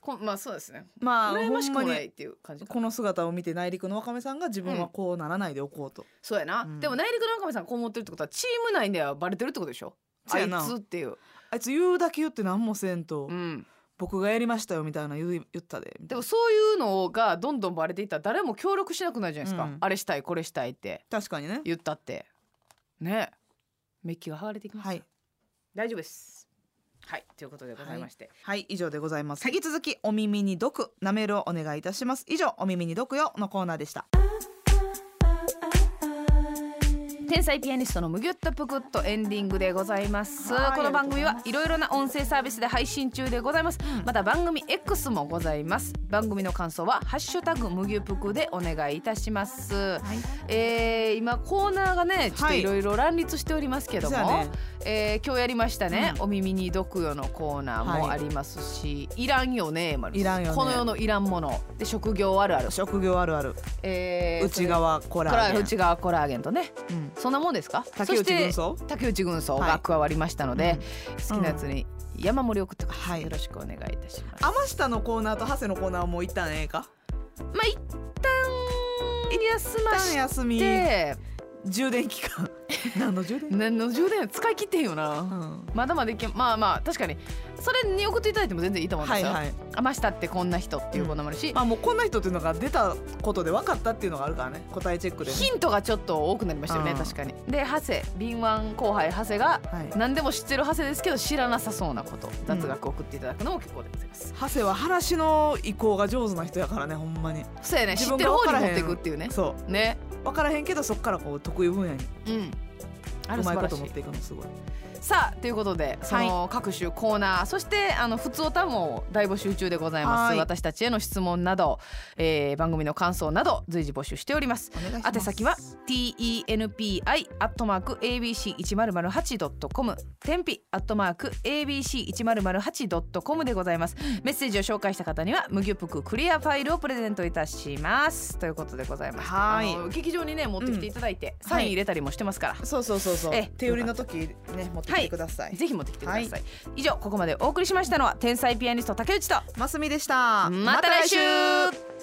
[SPEAKER 2] こんまあそうですね
[SPEAKER 3] まあ
[SPEAKER 2] 羨ましく
[SPEAKER 3] ほ
[SPEAKER 2] も
[SPEAKER 3] んま
[SPEAKER 2] ない
[SPEAKER 3] に
[SPEAKER 2] っていう感じか
[SPEAKER 3] この姿を見て内陸のわかめさんが自分は
[SPEAKER 2] うん
[SPEAKER 3] こうならないでおこうと、
[SPEAKER 2] そうやな、
[SPEAKER 3] うん
[SPEAKER 2] でも内陸の若めさんがこう思ってるってことはチーム内ではバレてるってことでしょ
[SPEAKER 3] そ
[SPEAKER 2] あ
[SPEAKER 3] うや
[SPEAKER 2] い
[SPEAKER 3] な
[SPEAKER 2] つっていう、
[SPEAKER 3] あいつ言うだけ言って何もせんと、
[SPEAKER 2] うん、
[SPEAKER 3] 僕がやりましたよみたいな言う言ったでみたい
[SPEAKER 2] で
[SPEAKER 3] な
[SPEAKER 2] もそういうのがどんどんバレていったら誰も協力しなくなるじゃないですか、
[SPEAKER 3] うん
[SPEAKER 2] あれしたいこれしたいって
[SPEAKER 3] 確かにね
[SPEAKER 2] 言ったってねメッキが剥がれていきます、
[SPEAKER 3] はい
[SPEAKER 2] 大丈夫ですはいということでございまして、
[SPEAKER 3] はい以上でございます、引き続きお耳に毒なメールをお願いいたします以上お耳に毒よのコーナーでした
[SPEAKER 2] 天才ピアニストのむぎゅっとぷくっとエンディングでございます
[SPEAKER 3] はい
[SPEAKER 2] この番組はいろいろな音声サービスで配信中でございます、また番組 X もございます番組の感想はハッシュタグむぎゅぷくでお願いいたします、えー今コーナーがねちょ
[SPEAKER 3] は
[SPEAKER 2] っと
[SPEAKER 3] い
[SPEAKER 2] いろいろ乱立しておりますけども、
[SPEAKER 3] そうやね
[SPEAKER 2] えー今日やりましたね、お耳に毒よのコーナーも
[SPEAKER 3] は
[SPEAKER 2] あ
[SPEAKER 3] い
[SPEAKER 2] りますし、い、らんよねまる
[SPEAKER 3] いらんよね
[SPEAKER 2] この世のいらんもので職業あるある、
[SPEAKER 3] 職業あるある
[SPEAKER 2] えー
[SPEAKER 3] 内側コ
[SPEAKER 2] そ
[SPEAKER 3] ラー
[SPEAKER 2] れコラ
[SPEAKER 3] ゲン
[SPEAKER 2] 内側コラーゲンとね
[SPEAKER 3] うん
[SPEAKER 2] そんなもんですか
[SPEAKER 3] 竹内軍
[SPEAKER 2] そ
[SPEAKER 3] 曹
[SPEAKER 2] して竹内軍曹が加わりましたので、
[SPEAKER 3] はい
[SPEAKER 2] 好きなやつに山盛り送ってください、
[SPEAKER 3] はい
[SPEAKER 2] よろしくお願いいたします、
[SPEAKER 3] 天下のコーナーと長谷のコーナーはもう一旦ええか
[SPEAKER 2] まあ一旦休ま
[SPEAKER 3] 一旦
[SPEAKER 2] し
[SPEAKER 3] 休み
[SPEAKER 2] て
[SPEAKER 3] 充電期 間何の充電、
[SPEAKER 2] 何の充電使い切ってへんよな、
[SPEAKER 3] うん
[SPEAKER 2] まだまだいけんまあまあ確かにそれに送っていただいても全然いいと思うんで
[SPEAKER 3] は
[SPEAKER 2] す
[SPEAKER 3] い
[SPEAKER 2] よ、
[SPEAKER 3] はい
[SPEAKER 2] 天下ってこんな人っていうこともあるし、
[SPEAKER 3] まあもうこんな人っていうのが出たことで分かったっていうのがあるからね答えチェックでね
[SPEAKER 2] ヒントがちょっと多くなりましたよね、
[SPEAKER 3] うん
[SPEAKER 2] 確かにで長谷敏腕後輩長谷が
[SPEAKER 3] はい
[SPEAKER 2] 何でも知ってる長谷ですけど知らなさそうなこと雑学送っていただくのも結構でございます、
[SPEAKER 3] 長谷は話の移行が上手な人やからねほんまに
[SPEAKER 2] そうやね知
[SPEAKER 3] 自分
[SPEAKER 2] って
[SPEAKER 3] が
[SPEAKER 2] る
[SPEAKER 3] 分
[SPEAKER 2] 方
[SPEAKER 3] から
[SPEAKER 2] に
[SPEAKER 3] へ
[SPEAKER 2] 持
[SPEAKER 3] ん
[SPEAKER 2] っていくっていうね
[SPEAKER 3] そ
[SPEAKER 2] ね
[SPEAKER 3] う分からへんけどそっからこう得意分野に
[SPEAKER 2] うんあ
[SPEAKER 3] う
[SPEAKER 2] れ素
[SPEAKER 3] まいこ
[SPEAKER 2] 晴ら
[SPEAKER 3] と
[SPEAKER 2] し
[SPEAKER 3] 持っ
[SPEAKER 2] い
[SPEAKER 3] ていくのすごい
[SPEAKER 2] さあということでその各種コーナー、そしてあの普通歌も大募集中でございま
[SPEAKER 3] は
[SPEAKER 2] す
[SPEAKER 3] い
[SPEAKER 2] 私たちへの質問など、えー番組の感想など随時募集しております
[SPEAKER 3] お願いします
[SPEAKER 2] 宛先は tenpi.abc1008.com 天日 .abc1008.com でございますメッセージを紹介した方には無牛服クリアファイルをプレゼントいたしますということでございます
[SPEAKER 3] はい
[SPEAKER 2] あの劇場にね持ってきていただいて、
[SPEAKER 3] うん
[SPEAKER 2] サイ
[SPEAKER 3] は
[SPEAKER 2] ン
[SPEAKER 3] い
[SPEAKER 2] 入れたりもしてますから、
[SPEAKER 3] そうそうそうそう
[SPEAKER 2] ええ
[SPEAKER 3] 手売りの時ね持ってきてください、
[SPEAKER 2] ぜひ持ってきてください、
[SPEAKER 3] は
[SPEAKER 2] 以上ここまでお送りしましたのは天才ピアニスト竹内と
[SPEAKER 3] ますみでした
[SPEAKER 2] また来週